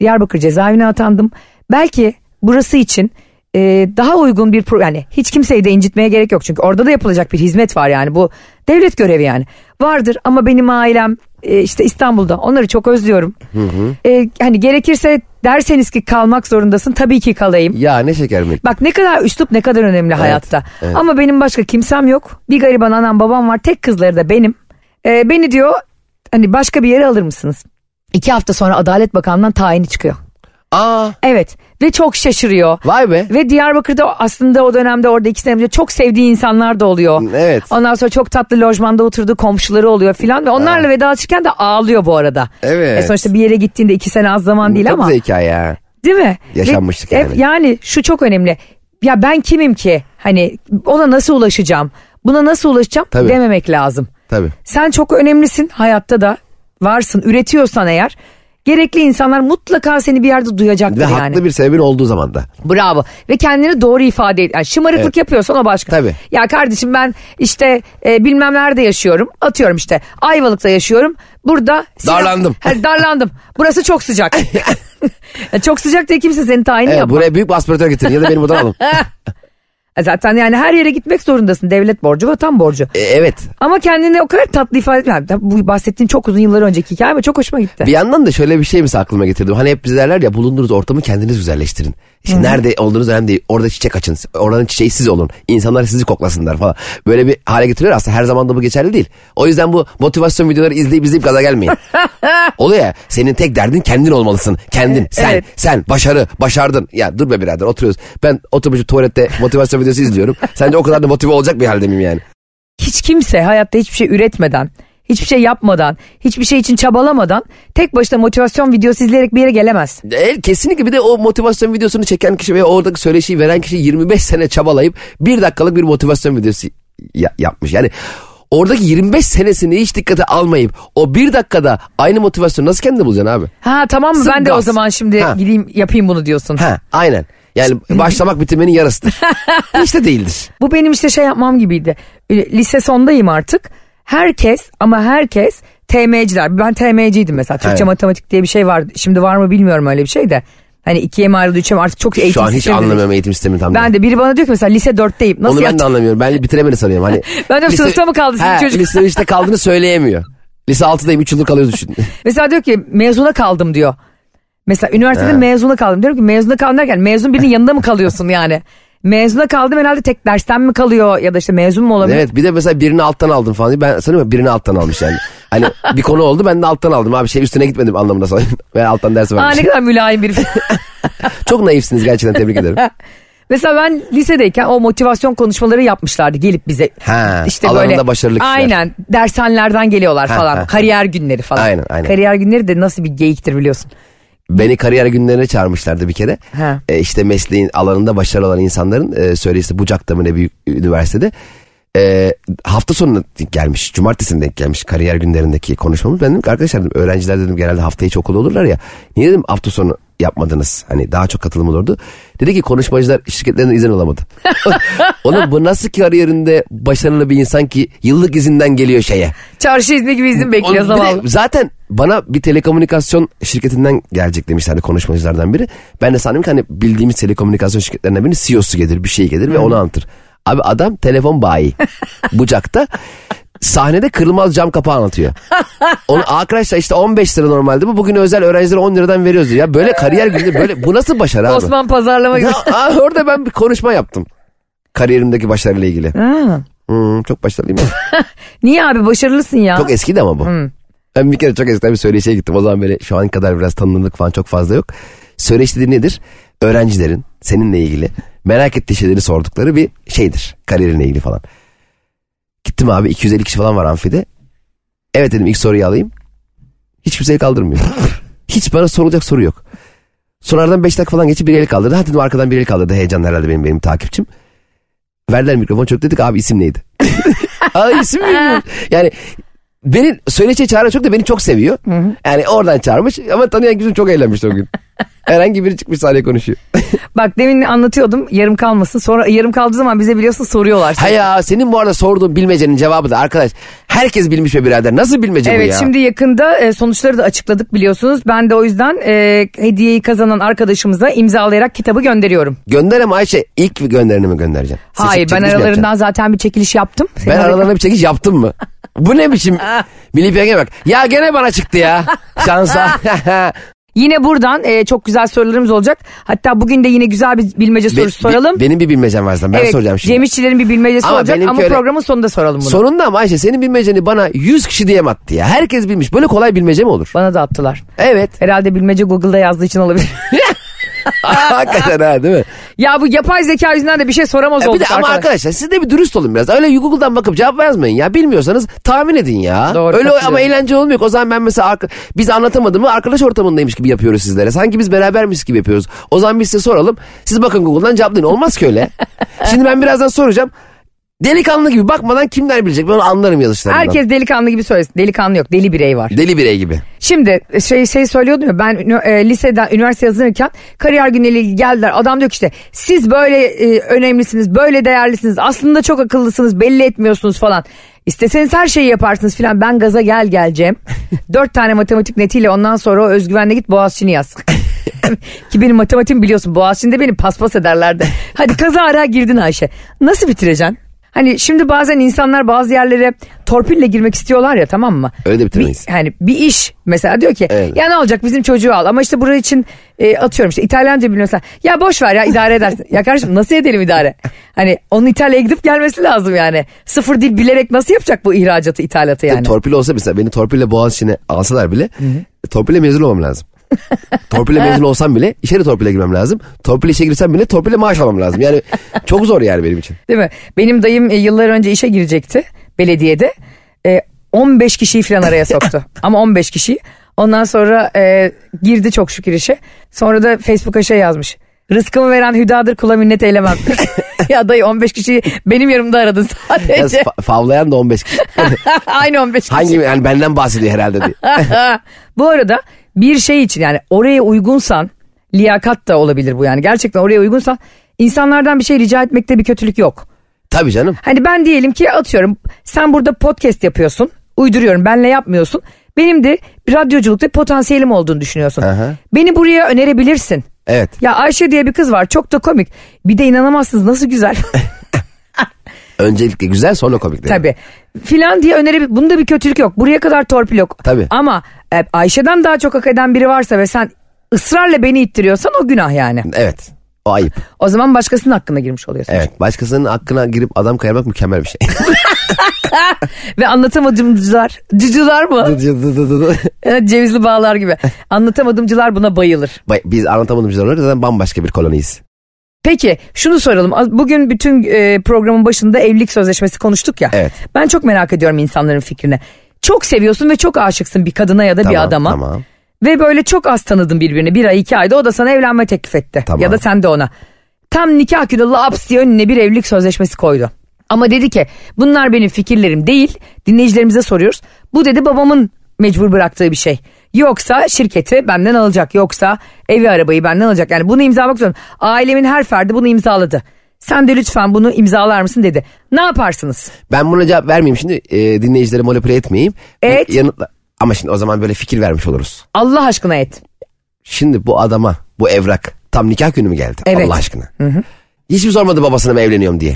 Speaker 2: Diyarbakır cezaevine atandım. Belki burası için e, daha uygun bir pro- yani hiç kimseyi de incitmeye gerek yok. Çünkü orada da yapılacak bir hizmet var yani bu devlet görevi yani. Vardır ama benim ailem e, işte İstanbul'da onları çok özlüyorum. E, hani gerekirse derseniz ki kalmak zorundasın tabii ki kalayım.
Speaker 3: Ya ne şeker mi?
Speaker 2: Bak ne kadar üslup ne kadar önemli hayatta. Ama benim başka kimsem yok. Bir gariban anam babam var. Tek kızları da benim. Ee, beni diyor hani başka bir yere alır mısınız? İki hafta sonra Adalet Bakanlığı'ndan tayini çıkıyor.
Speaker 3: Aa.
Speaker 2: Evet ve çok şaşırıyor.
Speaker 3: Vay be.
Speaker 2: Ve Diyarbakır'da aslında o dönemde orada iki sene önce çok sevdiği insanlar da oluyor.
Speaker 3: Evet.
Speaker 2: Ondan sonra çok tatlı lojmanda oturduğu komşuları oluyor filan ve onlarla vedalaşırken de ağlıyor bu arada.
Speaker 3: Evet.
Speaker 2: E sonuçta bir yere gittiğinde iki sene az zaman değil
Speaker 3: Çok
Speaker 2: ama.
Speaker 3: zeka ya.
Speaker 2: Değil mi?
Speaker 3: Yaşanmışlık
Speaker 2: Ve-
Speaker 3: yani.
Speaker 2: e, Yani şu çok önemli. Ya ben kimim ki? Hani ona nasıl ulaşacağım? Buna nasıl ulaşacağım?
Speaker 3: Tabii.
Speaker 2: Dememek lazım.
Speaker 3: Tabii.
Speaker 2: Sen çok önemlisin hayatta da. Varsın, üretiyorsan eğer. Gerekli insanlar mutlaka seni bir yerde duyacaktır
Speaker 3: Ve
Speaker 2: yani.
Speaker 3: haklı bir sebebin olduğu zaman da.
Speaker 2: Bravo. Ve kendini doğru ifade et. Yani şımarıklık
Speaker 3: Evet.
Speaker 2: yapıyorsan o başka.
Speaker 3: Tabii.
Speaker 2: Ya kardeşim ben işte e, bilmem nerede yaşıyorum. Atıyorum işte Ayvalık'ta yaşıyorum. Burada Sinop-
Speaker 3: Darlandım.
Speaker 2: Ha, darlandım. Burası çok
Speaker 3: *laughs*
Speaker 2: sıcak. *laughs* Ya çok sıcak diye kimse seni tayin
Speaker 3: Evet,
Speaker 2: yapmaz.
Speaker 3: buraya büyük bir aspiratör getirin ya da beni buradan
Speaker 2: *laughs*
Speaker 3: alın.
Speaker 2: Zaten yani her yere gitmek zorundasın. Devlet borcu, vatan borcu.
Speaker 3: E, evet.
Speaker 2: Ama kendini o kadar tatlı ifade etmiyor. Tabii Bu bahsettiğin çok uzun yıllar önceki hikaye ama çok hoşuma gitti.
Speaker 3: Bir yandan da şöyle bir şey mesela aklıma getirdim. Hani hep bize derler ya bulunduğunuz ortamı kendiniz güzelleştirin. İşte nerede olduğunuz önemli değil. Orada çiçek açın. Oranın çiçeği siz olun. İnsanlar sizi koklasınlar falan. Böyle bir hale getiriyor aslında her zaman da bu geçerli değil. O yüzden bu motivasyon videoları izleyip izleyip
Speaker 2: *laughs*
Speaker 3: gaza gelmeyin. Oluyor ya senin tek derdin kendin olmalısın. Kendin, sen,
Speaker 2: Evet.
Speaker 3: sen, başarı, başardın. Ya dur be birader oturuyoruz. Ben oturmuşum tuvalette motivasyon videosu izliyorum. Sence o kadar da motive olacak bir halde miyim yani?
Speaker 2: hiç kimse hayatta hiçbir şey üretmeden, hiçbir şey yapmadan, hiçbir şey için çabalamadan tek başına motivasyon videosu izleyerek bir yere gelemez.
Speaker 3: E, kesinlikle bir de o motivasyon videosunu çeken kişi ve oradaki söyleşiyi veren kişi 25 sene çabalayıp bir dakikalık bir motivasyon videosu ya- yapmış. Yani oradaki 25 senesini hiç dikkate almayıp o bir dakikada aynı motivasyonu nasıl kendine bulacaksın abi?
Speaker 2: Ha tamam mı
Speaker 3: Sırf
Speaker 2: ben de o
Speaker 3: gaz.
Speaker 2: zaman şimdi
Speaker 3: Ha.
Speaker 2: gideyim yapayım bunu diyorsun.
Speaker 3: Ha aynen. Yani başlamak
Speaker 2: *laughs*
Speaker 3: bitirmenin yarısıdır. hiç de değildir.
Speaker 2: Bu benim işte şey yapmam gibiydi. Lise sondayım artık. Herkes ama herkes TM'ciler. Ben TM'ciydim mesela. Türkçe
Speaker 3: Evet.
Speaker 2: matematik diye bir şey vardı. Şimdi var mı bilmiyorum öyle bir şey de. Hani ikiye mi ayrıldı üçe mi artık çok eğitim
Speaker 3: Şu an hiç
Speaker 2: sistemi-
Speaker 3: anlamıyorum eğitim sistemini tam.
Speaker 2: Ben de biri bana diyor ki mesela lise dörtteyim. Nasıl
Speaker 3: Onu ben
Speaker 2: yaptın?
Speaker 3: de anlamıyorum. Ben bitiremedi sanıyorum. Hani
Speaker 2: Ben diyorum, sınıfta mı kaldı sizin
Speaker 3: Ha,
Speaker 2: çocuk?
Speaker 3: Lise 3'te kaldığını söyleyemiyor. Lise 6'dayım 3 yıldır kalıyoruz düşün.
Speaker 2: Mesela diyor ki mezuna kaldım diyor. Mesela üniversitede mezuna kaldım. Diyorum ki mezuna kaldım derken mezun birinin yanında mı kalıyorsun
Speaker 3: *laughs*
Speaker 2: yani? Mezuna kaldım herhalde tek dersten mi kalıyor ya da işte mezun mu olabilir?
Speaker 3: Evet bir de mesela birini alttan aldım falan. diye. Ben sanıyorum birini alttan almış yani. Hani bir konu oldu ben de alttan aldım abi şey üstüne gitmedim anlamında sanıyorum. *laughs* Ben alttan ders
Speaker 2: Aa ne
Speaker 3: vermişim.
Speaker 2: kadar mülayim
Speaker 3: *laughs*
Speaker 2: bir.
Speaker 3: Çok naifsiniz gerçekten
Speaker 2: *laughs*
Speaker 3: tebrik ederim.
Speaker 2: Mesela ben lisedeyken o motivasyon konuşmaları yapmışlardı gelip bize.
Speaker 3: Ha,
Speaker 2: işte
Speaker 3: alanında başarılı kişiler.
Speaker 2: Aynen dershanelerden geliyorlar
Speaker 3: Ha,
Speaker 2: falan.
Speaker 3: ha, ha.
Speaker 2: Kariyer günleri falan.
Speaker 3: Aynen, aynen.
Speaker 2: Kariyer günleri de nasıl bir geyiktir biliyorsun.
Speaker 3: Beni kariyer günlerine çağırmışlardı bir kere.
Speaker 2: Ha.
Speaker 3: E, işte mesleğin alanında başarılı olan insanların e, söyleyisi Bucak'ta mı ne büyük üniversitede. E, hafta sonuna denk gelmiş. Cumartesine denk gelmiş kariyer günlerindeki konuşmamız. Ben dedim ki arkadaşlar dedim, öğrenciler dedim genelde hafta içi okulda olurlar ya. Niye dedim hafta sonu yapmadınız? Hani daha çok katılım olurdu. Dedi ki konuşmacılar şirketlerinden izin alamadı. Oğlum bu nasıl kariyerinde başarılı bir insan ki yıllık izinden geliyor şeye.
Speaker 2: Çarşı izni gibi izin bekliyor
Speaker 3: Oğlum bir de
Speaker 2: zavallı.
Speaker 3: Zaten bana bir telekomünikasyon şirketinden gelecek demişlerdi konuşmacılardan biri. Ben de sandım ki hani bildiğimiz telekomünikasyon şirketlerinden birinin CEO'su gelir bir şey gelir ve onu anlatır. Abi adam telefon bayi bucakta sahnede kırılmaz cam kapağı anlatıyor. Onu arkadaşlar işte 15 lira normalde bu bugün özel öğrencilere 10 liradan veriyoruz diyor. Ya böyle kariyer günü böyle bu nasıl başarı abi?
Speaker 2: Osman pazarlama gibi.
Speaker 3: Ya, aa, orada ben bir konuşma yaptım. Kariyerimdeki başarıyla ilgili.
Speaker 2: Ha.
Speaker 3: Hmm, çok başarılıyım. ya.
Speaker 2: Niye abi başarılısın ya?
Speaker 3: Çok eski de ama bu. Ben bir kere çok eskiden bir söyleşiye gittim. O zaman böyle şu an kadar biraz tanınırlık falan çok fazla yok. Söyleşi dediği nedir? Öğrencilerin seninle ilgili merak ettiği şeyleri sordukları bir şeydir. Kariyerinle ilgili falan. Gittim abi 250 kişi falan var amfide. Evet dedim ilk soruyu alayım. Hiç kimseyi kaldırmıyor. *laughs* Hiç bana sorulacak soru yok. Sonradan 5 dakika falan geçip bir el kaldırdı. Ha dedim arkadan bir el kaldırdı. Heyecan herhalde benim benim takipçim. Verdiler mikrofon çok dedik abi isim neydi? *laughs* Ay isim bilmiyorum. Yani beni söyleşiye çağıran çok da beni çok seviyor. Yani oradan çağırmış ama tanıyan kimse çok eğlenmişti o
Speaker 2: *laughs*
Speaker 3: gün. Herhangi biri çıkmış sahneye konuşuyor.
Speaker 2: Bak demin anlatıyordum yarım kalmasın. Sonra e, yarım kaldığı zaman bize biliyorsun soruyorlar.
Speaker 3: ha ya senin bu arada sorduğun bilmecenin cevabı da arkadaş herkes bilmiş be birader nasıl bilmece bu
Speaker 2: Evet
Speaker 3: ya?
Speaker 2: şimdi yakında e, sonuçları da açıkladık biliyorsunuz. Ben de o yüzden e, hediyeyi kazanan arkadaşımıza imzalayarak kitabı gönderiyorum.
Speaker 3: Gönder ama Ayşe ilk göndereni mi göndereceksin? Seçip
Speaker 2: Hayır ben
Speaker 3: çekiliş mi yapacaksın?
Speaker 2: aralarından zaten bir çekiliş yaptım. Senin
Speaker 3: Ben
Speaker 2: haberin-
Speaker 3: aralarına bir çekiş yaptım
Speaker 2: *laughs*
Speaker 3: mı? Bu ne biçim?
Speaker 2: Ah.
Speaker 3: Milli Piyango'ya bak. Ya gene bana
Speaker 2: *laughs*
Speaker 3: çıktı ya. Şansa.
Speaker 2: Yine buradan e, çok güzel sorularımız olacak. Hatta bugün de yine güzel bir bilmece
Speaker 3: *laughs* Be-
Speaker 2: sorusu soralım.
Speaker 3: be- benim bir bilmecem var zaten. Ben
Speaker 2: evet,
Speaker 3: soracağım şimdi.
Speaker 2: Cem İşçilerin bir bilmecesi
Speaker 3: Ama
Speaker 2: olacak
Speaker 3: benimki
Speaker 2: ama
Speaker 3: öyle-
Speaker 2: programın sonunda soralım bunu.
Speaker 3: Sonunda ama Ayşe senin bilmeceni bana 100 kişi diyem attı ya. Herkes bilmiş. Böyle kolay bilmece mi olur?
Speaker 2: Bana da attılar.
Speaker 3: Evet.
Speaker 2: Herhalde bilmece Google'da yazdığı için olabilir. *laughs*
Speaker 3: Hakikaten ha değil mi?
Speaker 2: ya bu yapay zeka yüzünden de bir şey soramaz
Speaker 3: Ya E, bir
Speaker 2: olduk
Speaker 3: de ama
Speaker 2: arkadaş.
Speaker 3: arkadaşlar siz de bir dürüst olun biraz. Öyle Google'dan bakıp cevap yazmayın ya. Bilmiyorsanız tahmin edin ya.
Speaker 2: Doğru,
Speaker 3: Öyle
Speaker 2: katılıyorum.
Speaker 3: ama eğlence olmuyor. ki. O zaman ben mesela arka- biz anlatamadığımı arkadaş ortamındaymış gibi yapıyoruz sizlere. Sanki biz berabermiş gibi yapıyoruz.
Speaker 2: *laughs*
Speaker 3: O zaman biz size soralım. Siz bakın Google'dan cevaplayın. Olmaz ki öyle. Şimdi ben birazdan soracağım. Delikanlı gibi bakmadan kimler bilecek ben onu anlarım yazışlarından.
Speaker 2: Herkes delikanlı gibi söylesin. Delikanlı yok deli birey var.
Speaker 3: Deli birey gibi.
Speaker 2: Şimdi şey şey söylüyordum ya ben ünü- e, liseden üniversite yazılırken kariyer günleriyle ilgili geldiler. Adam diyor ki işte siz böyle e, önemlisiniz, böyle değerlisiniz. Aslında çok akıllısınız, belli etmiyorsunuz falan. İsteseniz her şeyi yaparsınız filan. Ben gaza gel
Speaker 3: *laughs*
Speaker 2: geleceğim. Dört tane matematik netiyle ondan sonra o özgüvenle git Boğaziçi'ni
Speaker 3: *laughs*
Speaker 2: yaz. Ki benim matematiğim biliyorsun Boğaziçi'nde beni paspas
Speaker 3: *laughs*
Speaker 2: ederlerdi. Hadi kaza ara girdin Ayşe. Nasıl bitireceksin? Hani şimdi bazen insanlar bazı yerlere torpille girmek istiyorlar ya tamam mı?
Speaker 3: Öyle de bitiremeyiz.
Speaker 2: Bir, hani bir iş mesela diyor ki
Speaker 3: Evet.
Speaker 2: ya ne olacak bizim çocuğu al ama işte buraya için e, atıyorum işte İtalyanca bilmiyorsan ya boş ver ya idare edersin. ya kardeşim nasıl edelim idare? Hani onun İtalya'ya gidip gelmesi lazım yani. Sıfır dil bilerek nasıl yapacak bu ihracatı ithalatı yani?
Speaker 3: Torpil olsa mesela beni torpille Boğaziçi'ne alsalar bile torpille mezun
Speaker 2: *laughs*
Speaker 3: olmam lazım. torpille mezun olsam bile işe de torpille girmem lazım. Torpille işe girsem bile torpille maaş almam lazım. Yani çok zor yani benim için.
Speaker 2: Değil mi? Benim dayım e, yıllar önce işe girecekti belediyede. E, 15 kişiyi falan araya soktu. Ama 15 kişiyi. Ondan sonra e, girdi çok şükür işe. Sonra da Facebook'a şey yazmış. Rızkımı veren hüdadır kula minnet eylemem. *laughs* ya dayı 15 kişiyi benim yanımda aradın
Speaker 3: Yalnız
Speaker 2: sadece.
Speaker 3: fa- favlayan da 15 kişi.
Speaker 2: *laughs* Aynı 15 kişi.
Speaker 3: Hangi yani benden bahsediyor herhalde diye.
Speaker 2: *laughs* bu arada bir şey için yani oraya uygunsan liyakat da olabilir bu yani. Gerçekten oraya uygunsan insanlardan bir şey rica etmekte bir kötülük yok.
Speaker 3: Tabii canım.
Speaker 2: Hani ben diyelim ki atıyorum sen burada podcast yapıyorsun. Uyduruyorum benle yapmıyorsun. Benim de bir radyoculukta potansiyelim olduğunu düşünüyorsun.
Speaker 3: Aha.
Speaker 2: Beni buraya önerebilirsin.
Speaker 3: Evet.
Speaker 2: Ya Ayşe diye bir kız var çok da komik. Bir de inanamazsınız nasıl
Speaker 3: *laughs*
Speaker 2: güzel.
Speaker 3: Öncelikle güzel sonra komik. değil mi?
Speaker 2: Tabii. Filan diye önerebilir. Bunda bir kötülük yok. Buraya kadar torpil yok.
Speaker 3: Tabii.
Speaker 2: Ama e, Ayşe'den daha çok hak eden biri varsa ve sen ısrarla beni ittiriyorsan o günah yani.
Speaker 3: Evet. O ayıp.
Speaker 2: O zaman başkasının hakkına girmiş oluyorsun.
Speaker 3: Evet. Başkasının hakkına girip adam kayırmak mükemmel bir
Speaker 2: *laughs*
Speaker 3: şey. *laughs*
Speaker 2: Ve anlatamadımcılar. Cücüler mı? Evet, cevizli bağlar
Speaker 3: *laughs*
Speaker 2: gibi. Anlatamadımcılar buna bayılır.
Speaker 3: Bay- Biz anlatamadığımız olarak zaten bambaşka bir koloniyiz.
Speaker 2: Peki şunu soralım. Az- Bugün bütün e, programın başında evlilik sözleşmesi konuştuk ya.
Speaker 3: Evet.
Speaker 2: Ben çok merak ediyorum insanların fikrini. Çok seviyorsun ve çok aşıksın bir kadına ya da bir
Speaker 3: Tamam,
Speaker 2: adama.
Speaker 3: Tamam.
Speaker 2: Ve böyle çok az tanıdın birbirini. Bir ay iki ayda o da sana evlenme teklif etti.
Speaker 3: Tamam.
Speaker 2: Ya da sen de ona. Tam nikah günü laps diye önüne bir evlilik sözleşmesi koydu. Ama dedi ki bunlar benim fikirlerim değil. Dinleyicilerimize soruyoruz. Bu dedi babamın mecbur bıraktığı bir şey. Yoksa şirketi benden alacak. Yoksa evi arabayı benden alacak. Yani bunu imzalamak zorunda. Ailemin her ferdi bunu imzaladı. Sen de lütfen bunu imzalar mısın dedi. Ne yaparsınız?
Speaker 3: Ben buna cevap vermeyeyim şimdi. E, dinleyicileri manipüle etmeyeyim.
Speaker 2: Evet.
Speaker 3: Ve Yanıtla... Ama şimdi o zaman böyle fikir vermiş oluruz.
Speaker 2: Allah aşkına et.
Speaker 3: Şimdi bu adama bu evrak tam nikah günü mü geldi?
Speaker 2: Evet.
Speaker 3: Allah aşkına. Hiç mi sormadı babasına mı evleniyorum diye?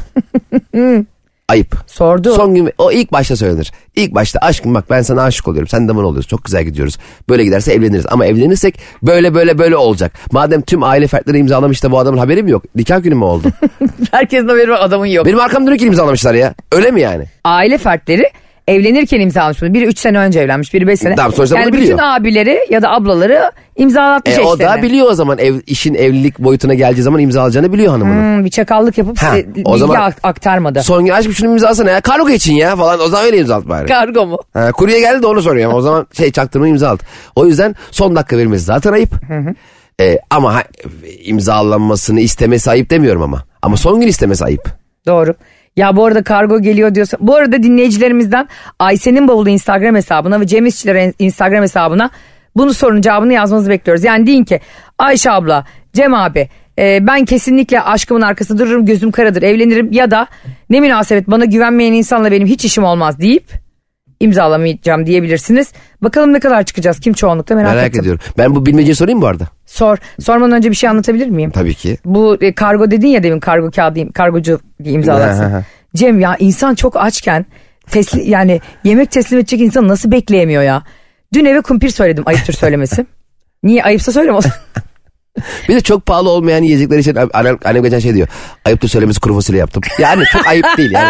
Speaker 3: Ayıp.
Speaker 2: Sordu.
Speaker 3: Son gün o ilk başta söylenir. İlk başta aşkım bak ben sana aşık oluyorum. Sen de bana oluyorsun. Çok güzel gidiyoruz. Böyle giderse evleniriz. Ama evlenirsek böyle böyle böyle olacak. Madem tüm aile fertleri imzalamış da bu adamın haberi mi yok? Nikah günü mü oldu?
Speaker 2: *laughs* Herkesin haberi var adamın yok.
Speaker 3: Benim arkamda dönük imzalamışlar ya. Öyle mi yani?
Speaker 2: aile fertleri evlenirken imzalamış bunu. Biri 3 sene önce evlenmiş, biri 5 sene.
Speaker 3: Tamam, sonuçta
Speaker 2: yani
Speaker 3: bunu biliyor.
Speaker 2: bütün abileri ya da ablaları imzalatmış
Speaker 3: E, o
Speaker 2: eşlerine.
Speaker 3: da biliyor o zaman ev, işin evlilik boyutuna geleceği zaman imzalayacağını biliyor hanımının.
Speaker 2: Hmm, bir çakallık yapıp
Speaker 3: Ha,
Speaker 2: size
Speaker 3: o
Speaker 2: bilgi
Speaker 3: zaman-
Speaker 2: ak- aktarmadı.
Speaker 3: Son gün aşkım şunu imzalasana ya. Kargo için ya falan. O zaman öyle imzalat bari.
Speaker 2: Kargo mu?
Speaker 3: Ha, kurye geldi de onu soruyor. ama O zaman şey çaktırma imza at. O yüzden son dakika verilmesi zaten ayıp. E, ama ha- imzalanmasını istemesi ayıp demiyorum ama. Ama son gün istemesi ayıp.
Speaker 2: Doğru. Ya bu arada kargo geliyor diyorsa. Bu arada dinleyicilerimizden Ayşe'nin bavulu Instagram hesabına ve Cem İşçiler Instagram hesabına bunu sorunun cevabını yazmanızı bekliyoruz. Yani deyin ki Ayşe abla, Cem abi e, ben kesinlikle aşkımın arkasında dururum gözüm karadır evlenirim ya da ne münasebet bana güvenmeyen insanla benim hiç işim olmaz deyip imzalamayacağım diyebilirsiniz. Bakalım ne kadar çıkacağız kim çoğunlukta merak,
Speaker 3: Merak
Speaker 2: ettim.
Speaker 3: ediyorum. Ben bu bilmeceyi sorayım bu arada.
Speaker 2: Sor. Sormadan önce bir şey anlatabilir miyim?
Speaker 3: Tabii ki.
Speaker 2: Bu e, kargo dedin ya demin kargo kağıdı kargocu diye
Speaker 3: Ha, ha,
Speaker 2: imzalarsın.
Speaker 3: ha.
Speaker 2: Cem ya insan çok açken tesli, yani yemek teslim edecek insan nasıl bekleyemiyor ya? Dün eve kumpir söyledim ayıptır söylemesi. Niye ayıpsa söyleme o zaman. *laughs*
Speaker 3: Bir de çok pahalı olmayan yiyecekler için annem, annem geçen şey diyor. Ayıptır söylemesi kuru fasulye yaptım. Yani çok ayıp değil
Speaker 2: *laughs*
Speaker 3: yani.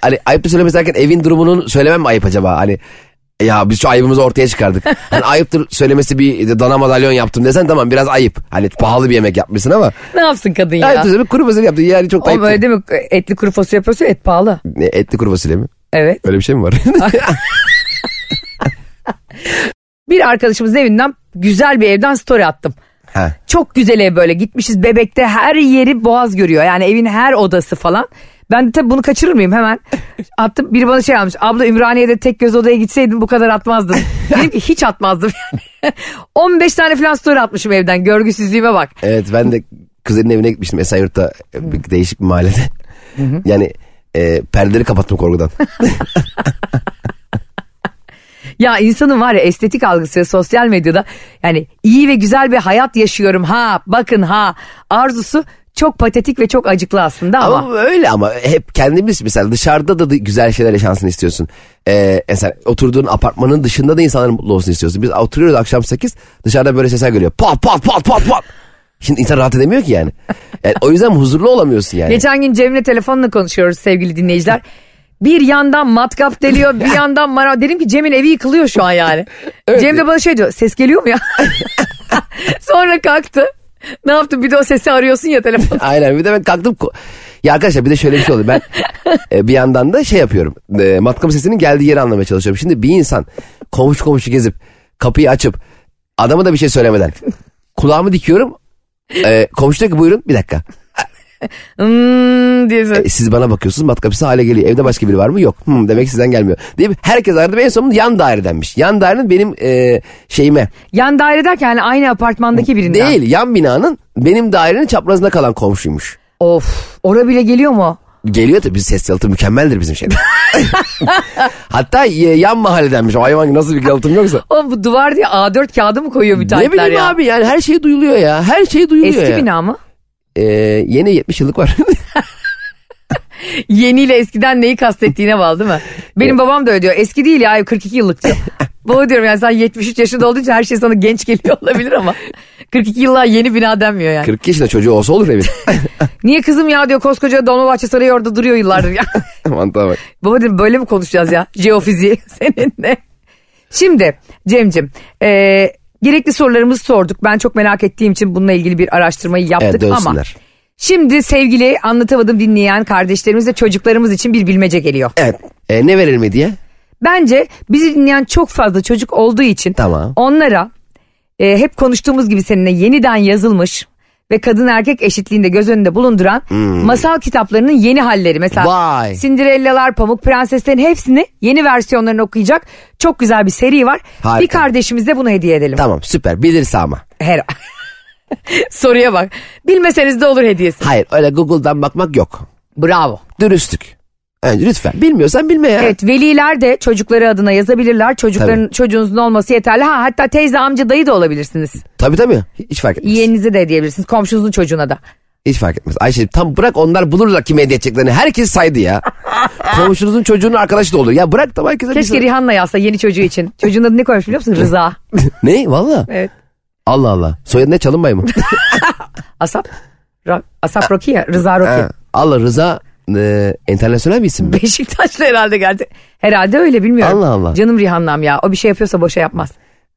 Speaker 3: Hani ayıptır söylemesi derken evin durumunun söylemem mi ayıp acaba? Hani ya biz şu ayıbımızı
Speaker 2: *laughs*
Speaker 3: ortaya çıkardık. Hani ayıptır söylemesi bir dana madalyon yaptım desen tamam biraz ayıp. Hani pahalı bir yemek yapmışsın ama.
Speaker 2: ne yapsın kadın ya?
Speaker 3: Ayıptır söylemesi kuru fasulye yaptım. Yani çok da
Speaker 2: O
Speaker 3: ayıp.
Speaker 2: böyle değil mi? Etli kuru fasulye yapıyorsa et pahalı.
Speaker 3: Ne, etli kuru fasulye mi?
Speaker 2: Evet.
Speaker 3: Öyle bir şey
Speaker 2: *laughs*
Speaker 3: mi var?
Speaker 2: Bir arkadaşımızın evinden güzel bir evden story attım.
Speaker 3: ha.
Speaker 2: Çok güzel ev böyle gitmişiz bebekte her yeri boğaz görüyor yani evin her odası falan. Ben de tabii bunu kaçırır mıyım hemen? Attım. Biri bana şey almış. Abla Ümraniye'de tek göz odaya gitseydin bu kadar atmazdın. Dedim ki hiç atmazdım *laughs* yani. 15 tane falan story atmışım evden. Görgüsüzlüğüme bak.
Speaker 3: Evet ben de kuzenin evine gitmiştim Esenyurt'ta bir değişik bir mahallede. yani e, perdeleri kapattım korkudan.
Speaker 2: Ya insanın var ya estetik algısı sosyal medyada yani iyi ve güzel bir hayat yaşıyorum ha bakın ha arzusu çok patetik ve çok acıklı aslında ama.
Speaker 3: Ama öyle ama hep kendimiz mesela dışarıda da güzel şeyler yaşansın istiyorsun. Ee, mesela oturduğun apartmanın dışında da insanların mutlu olsun istiyorsun. Biz oturuyoruz akşam 8 dışarıda böyle sesler geliyor. Pat pat pat pat pat. Şimdi insan rahat edemiyor ki yani. Yani o yüzden huzurlu olamıyorsun yani.
Speaker 2: Geçen gün Cem'le telefonla konuşuyoruz sevgili dinleyiciler. Bir yandan matkap deliyor
Speaker 3: *laughs*
Speaker 2: bir yandan mara. Dedim ki Cem'in evi yıkılıyor şu an yani. Cem de bana şey diyor ses geliyor mu ya? *laughs* Sonra kalktı. Ne yaptın bir de o sesi arıyorsun ya
Speaker 3: *laughs*
Speaker 2: telefon.
Speaker 3: Aynen bir de ben kalktım. ko- Ya arkadaşlar bir de şöyle bir şey oldu. Ben e, bir yandan da şey yapıyorum. E, matkap sesinin geldiği yeri anlamaya çalışıyorum. Şimdi bir insan komşu komşu gezip kapıyı açıp adama da bir şey söylemeden kulağımı dikiyorum. E, komşu diyor ki buyurun bir dakika.
Speaker 2: Hmm, diye ses.
Speaker 3: E, siz bana bakıyorsunuz matkapısı hale geliyor. Evde başka biri var mı? Yok. Hmm, demek ki sizden gelmiyor. Değil mi? Herkes aradı. En sonunda yan dairedenmiş. Yan dairenin benim e, şeyime.
Speaker 2: Yan daire derken yani aynı apartmandaki birinden.
Speaker 3: Değil. Yan binanın benim dairenin çaprazında kalan komşuymuş.
Speaker 2: Of ora bile geliyor mu?
Speaker 3: Geliyor tabii ses yalıtım mükemmeldir
Speaker 2: *laughs*
Speaker 3: bizim şeyde. Hatta e, yan mahalledenmiş. O hayvan gibi nasıl bir yalıtım yoksa.
Speaker 2: Oğlum bu duvar diye A4 kağıdı mı koyuyor
Speaker 3: Ne
Speaker 2: müteahhitler
Speaker 3: bileyim
Speaker 2: ya?
Speaker 3: abi yani her şey duyuluyor ya. Her şey duyuluyor
Speaker 2: Eski
Speaker 3: ya.
Speaker 2: bina mı?
Speaker 3: E, yeni 70
Speaker 2: *laughs*
Speaker 3: yıllık var.
Speaker 2: Yeniyle eskiden neyi kastettiğine bağlı değil mi? Benim babam da öyle diyor. Eski değil ya 42 yıllık diyor. Baba diyorum yani sen 73 yaşında olduğun için her şey sana genç geliyor olabilir ama 42 yıllığa yeni bina denmiyor yani.
Speaker 3: 40 yaşında çocuğu olsa
Speaker 2: *laughs*
Speaker 3: olur evin.
Speaker 2: Niye kızım ya diyor koskoca Dolmabahçe Sarayı orada duruyor yıllardır ya. *laughs*
Speaker 3: Mantığa bak.
Speaker 2: Baba dedim böyle mi konuşacağız ya jeofiziği *laughs* seninle? Şimdi Cem'cim e, gerekli sorularımızı sorduk. Ben çok merak ettiğim için bununla ilgili bir araştırmayı
Speaker 3: Evet
Speaker 2: yaptık ama.
Speaker 3: dönsünler.
Speaker 2: Şimdi sevgili anlatamadım dinleyen kardeşlerimiz ve çocuklarımız için bir bilmece geliyor.
Speaker 3: Evet. E, ne verilme diye?
Speaker 2: Bence bizi dinleyen çok fazla çocuk olduğu için
Speaker 3: Tamam.
Speaker 2: onlara e, hep konuştuğumuz gibi seninle yeniden yazılmış ve kadın erkek eşitliğinde göz önünde bulunduran masal kitaplarının yeni halleri. Mesela
Speaker 3: Hmm. Vay.
Speaker 2: Cinderella'lar, Pamuk Prenseslerin hepsini yeni versiyonlarını okuyacak çok güzel bir seri var.
Speaker 3: Harika.
Speaker 2: Bir kardeşimize bunu hediye edelim.
Speaker 3: Tamam süper bilirse ama.
Speaker 2: Her *laughs* Soruya bak. Bilmeseniz de olur hediyesi.
Speaker 3: Hayır öyle Google'dan bakmak yok.
Speaker 2: Bravo.
Speaker 3: Dürüstlük. Önce lütfen bilmiyorsan bilme ya.
Speaker 2: Evet veliler de çocukları adına yazabilirler. Çocukların çocuğunuzun olması yeterli. Ha hatta teyze amca dayı da olabilirsiniz.
Speaker 3: Tabii tabii hiç fark etmez.
Speaker 2: Yeğeninize de diyebilirsiniz. Komşunuzun çocuğuna da.
Speaker 3: Hiç fark etmez. Ayşe tam bırak onlar bulurlar kime hediye edeceklerini. Herkes saydı ya. Komşunuzun çocuğunun arkadaşı da olur. Ya bırak da herkese bir şey-
Speaker 2: Keşke Rihanna yazsa yeni çocuğu
Speaker 3: *laughs*
Speaker 2: için. Çocuğun adını ne koymuş biliyor musun? Rıza.
Speaker 3: Ne valla?
Speaker 2: Evet.
Speaker 3: Allah Allah. Soyadı ne çalınmay mı?
Speaker 2: Asap. Ra- Asap Rocky ya. Rıza Rocky.
Speaker 3: Ha, Allah Rıza e, internasyonel bir isim mi?
Speaker 2: Beşiktaşlı herhalde geldi. Herhalde öyle bilmiyorum.
Speaker 3: Allah Allah.
Speaker 2: Canım Rihanna'm ya. O bir şey yapıyorsa boşa yapmaz.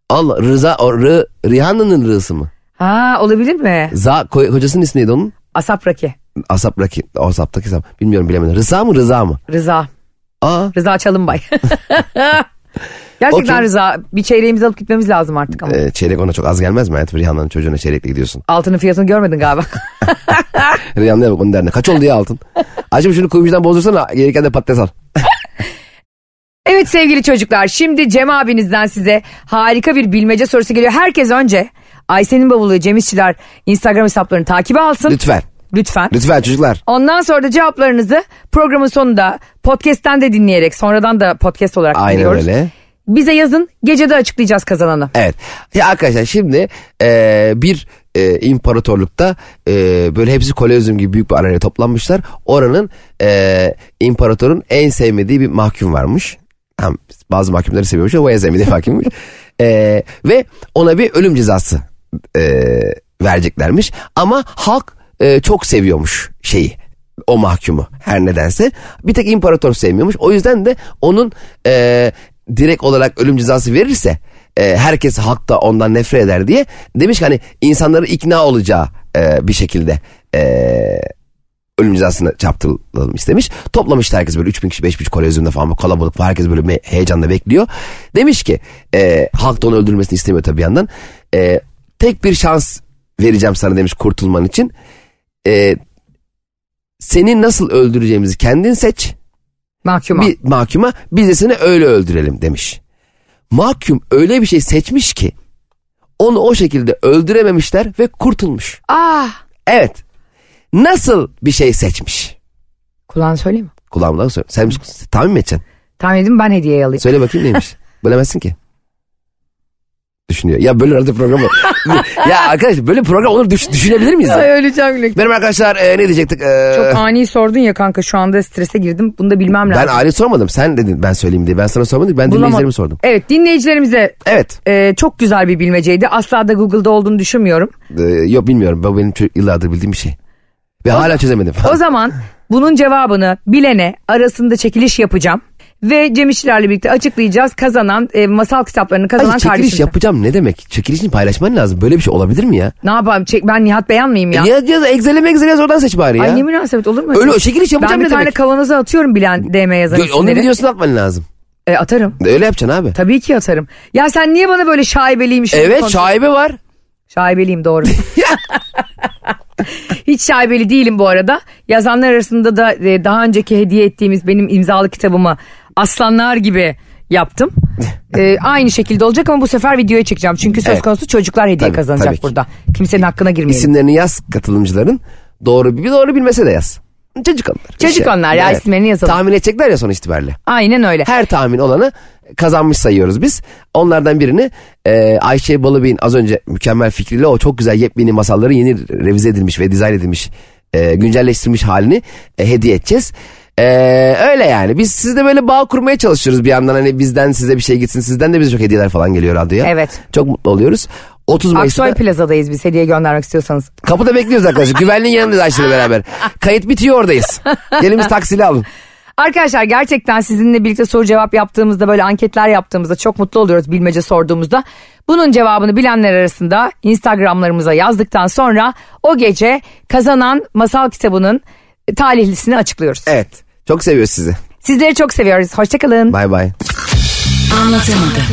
Speaker 3: Allah Rıza o, Rı, Rihanna'nın Rı'sı mı?
Speaker 2: Ha olabilir mi?
Speaker 3: Za ko- kocasının ismi neydi onun?
Speaker 2: Asap Rocky.
Speaker 3: Asap Raki. Asap'taki Asap. Bilmiyorum bilemedim. Rıza mı Rıza mı?
Speaker 2: Rıza.
Speaker 3: Aa
Speaker 2: Rıza Çalınbay.
Speaker 3: *laughs*
Speaker 2: Gerçekten
Speaker 3: Okey.
Speaker 2: Rıza. Bir çeyreğimizi alıp gitmemiz lazım artık ama.
Speaker 3: e, çeyrek ona çok az gelmez mi? Hayat Rihanna'nın çocuğuna çeyrekle gidiyorsun.
Speaker 2: Altının fiyatını görmedin galiba.
Speaker 3: Rihanna'ya bak onun derdine. Kaç oldu ya altın? Acım şunu kuyumcudan bozdursana. Gelirken de patates al.
Speaker 2: Evet sevgili çocuklar şimdi Cem abinizden size harika bir bilmece sorusu geliyor. Herkes önce Ayşe'nin bavulu Cem İşçiler Instagram hesaplarını takibe alsın
Speaker 3: Lütfen.
Speaker 2: lütfen.
Speaker 3: Lütfen çocuklar.
Speaker 2: Ondan sonra da cevaplarınızı programın sonunda podcast'ten de dinleyerek sonradan da podcast olarak
Speaker 3: Aynen
Speaker 2: dinliyoruz.
Speaker 3: öyle.
Speaker 2: Bize yazın gecede açıklayacağız kazananı.
Speaker 3: Evet. Ya arkadaşlar şimdi e, bir e, imparatorlukta e, böyle hepsi kolezyum gibi büyük bir araya toplanmışlar. Oranın e, imparatorun en sevmediği bir mahkum varmış. Tamam, bazı mahkumları seviyormuş ama o en sevmediği mahkummuş. E, ve ona bir ölüm cezası e, vereceklermiş. Ama halk e, çok seviyormuş şeyi o mahkumu her nedense. Bir tek imparator sevmiyormuş. O yüzden de onun e, direkt olarak ölüm cezası verirse e, herkes halkta ondan nefret eder diye demiş ki hani insanları ikna olacağı e, bir şekilde e, ölüm cezasını çarptıralım istemiş. Toplamıştı herkes böyle 3000 kişi 5000 kişi kolezyumda falan bu kalabalık var. Herkes böyle me- heyecanla bekliyor. Demiş ki e, halk da onu öldürmesini istemiyor tabii bir yandan. E, tek bir şans vereceğim sana demiş kurtulman için. E, seni nasıl öldüreceğimizi kendin seç.
Speaker 2: Mahkuma.
Speaker 3: Bir mahkuma biz de seni öyle öldürelim demiş. Mahkum öyle bir şey seçmiş ki onu o şekilde öldürememişler ve kurtulmuş.
Speaker 2: Ah.
Speaker 3: Evet. Nasıl bir şey seçmiş?
Speaker 2: Kulağını söyleyeyim mi?
Speaker 3: Kulağımda söyle. Sen tahmin mi edeceksin?
Speaker 2: Tahmin edin ben hediyeyi alayım.
Speaker 3: Söyle
Speaker 2: *laughs*
Speaker 3: bakayım neymiş. Bilemezsin ki. Düşünüyor. Ya böyle radyo programı.
Speaker 2: *laughs*
Speaker 3: ya arkadaş böyle program olur düş- düşünebilir miyiz? ya?
Speaker 2: Ay öleceğim Gülek.
Speaker 3: Benim arkadaşlar e, ne diyecektik? E,
Speaker 2: Çok ani sordun ya kanka şu anda strese girdim. Bunu da bilmem
Speaker 3: ben
Speaker 2: lazım.
Speaker 3: Ali sormadım. Sen dedin ben söyleyeyim diye. Ben sana sormadım. Ben
Speaker 2: Bulamadım.
Speaker 3: dinleyicilerime sordum.
Speaker 2: Evet dinleyicilerimize
Speaker 3: Evet.
Speaker 2: e, çok güzel bir bilmeceydi. Asla da Google'da olduğunu düşünmüyorum.
Speaker 3: E, yok bilmiyorum. Bu benim çö- yıllardır bildiğim bir şey. Ve hala çözemedim.
Speaker 2: O zaman bunun cevabını bilene arasında çekiliş yapacağım. Ve Cem İşçilerle birlikte açıklayacağız kazanan e, masal kitaplarını kazanan
Speaker 3: Ay, çekiliş
Speaker 2: kardeşimize.
Speaker 3: yapacağım ne demek? Çekilişini paylaşman lazım. Böyle bir şey olabilir mi ya?
Speaker 2: Ne yapayım çek, ben Nihat Beyan mıyım ya?
Speaker 3: Ya, ya da Excel'e mi Excel'e yaz oradan seç bari E, ya.
Speaker 2: Ay ne münasebet olur mu?
Speaker 3: Öyle o çekiliş
Speaker 2: ben
Speaker 3: yapacağım
Speaker 2: bir
Speaker 3: ne
Speaker 2: tane
Speaker 3: demek?
Speaker 2: kavanoza atıyorum bilen DM yazan
Speaker 3: Gö- Onu
Speaker 2: isimleri.
Speaker 3: videosunu atman lazım.
Speaker 2: E, atarım.
Speaker 3: Öyle yapacaksın abi.
Speaker 2: Tabii ki atarım. Ya sen niye bana böyle şaibeliymiş?
Speaker 3: Evet
Speaker 2: konuşuyorsun?
Speaker 3: şaibe var.
Speaker 2: Şaibeliyim
Speaker 3: *laughs*
Speaker 2: doğru. Hiç şaibeli değilim bu arada. Yazanlar arasında da e, daha önceki hediye ettiğimiz benim imzalı kitabımı aslanlar gibi yaptım. E, aynı şekilde olacak ama bu sefer videoya çekeceğim. Çünkü söz
Speaker 3: Evet.
Speaker 2: konusu çocuklar hediye
Speaker 3: Tabii,
Speaker 2: kazanacak
Speaker 3: tabii ki.
Speaker 2: burada. Kimsenin hakkına girmeyelim.
Speaker 3: İsimlerini yaz katılımcıların. Doğru bir doğru bilmese de yaz. Çocuk onlar.
Speaker 2: Çocuk onlar ya, isimlerini yazalım.
Speaker 3: Tahmin edecekler ya son itibariyle.
Speaker 2: Aynen öyle.
Speaker 3: Her tahmin olanı kazanmış sayıyoruz biz. Onlardan birini e, Ayşe Balıbey'in az önce mükemmel fikriyle o çok güzel yepyeni masalları yeni revize edilmiş ve dizayn edilmiş e, güncelleştirilmiş halini e, hediye edeceğiz. E, öyle yani biz sizde böyle bağ kurmaya çalışıyoruz bir yandan hani bizden size bir şey gitsin sizden de bize çok hediyeler falan geliyor radyoya.
Speaker 2: Evet.
Speaker 3: Çok mutlu oluyoruz. 30 Mayıs'ta
Speaker 2: Aksoy Plaza'dayız biz hediye göndermek istiyorsanız.
Speaker 3: Kapıda bekliyoruz arkadaşlar. Güvenliğin yanındayız Ayşe'yle beraber. Kayıt bitiyor oradayız. Gelin biz taksiyle alın.
Speaker 2: Arkadaşlar gerçekten sizinle birlikte soru cevap yaptığımızda böyle anketler yaptığımızda çok mutlu oluyoruz bilmece sorduğumuzda. Bunun cevabını bilenler arasında Instagramlarımıza yazdıktan sonra o gece kazanan masal kitabının talihlisini açıklıyoruz.
Speaker 3: Evet. Çok seviyoruz sizi.
Speaker 2: Sizleri çok seviyoruz. Hoşçakalın.
Speaker 3: Bay bay.
Speaker 4: Anlatamadım.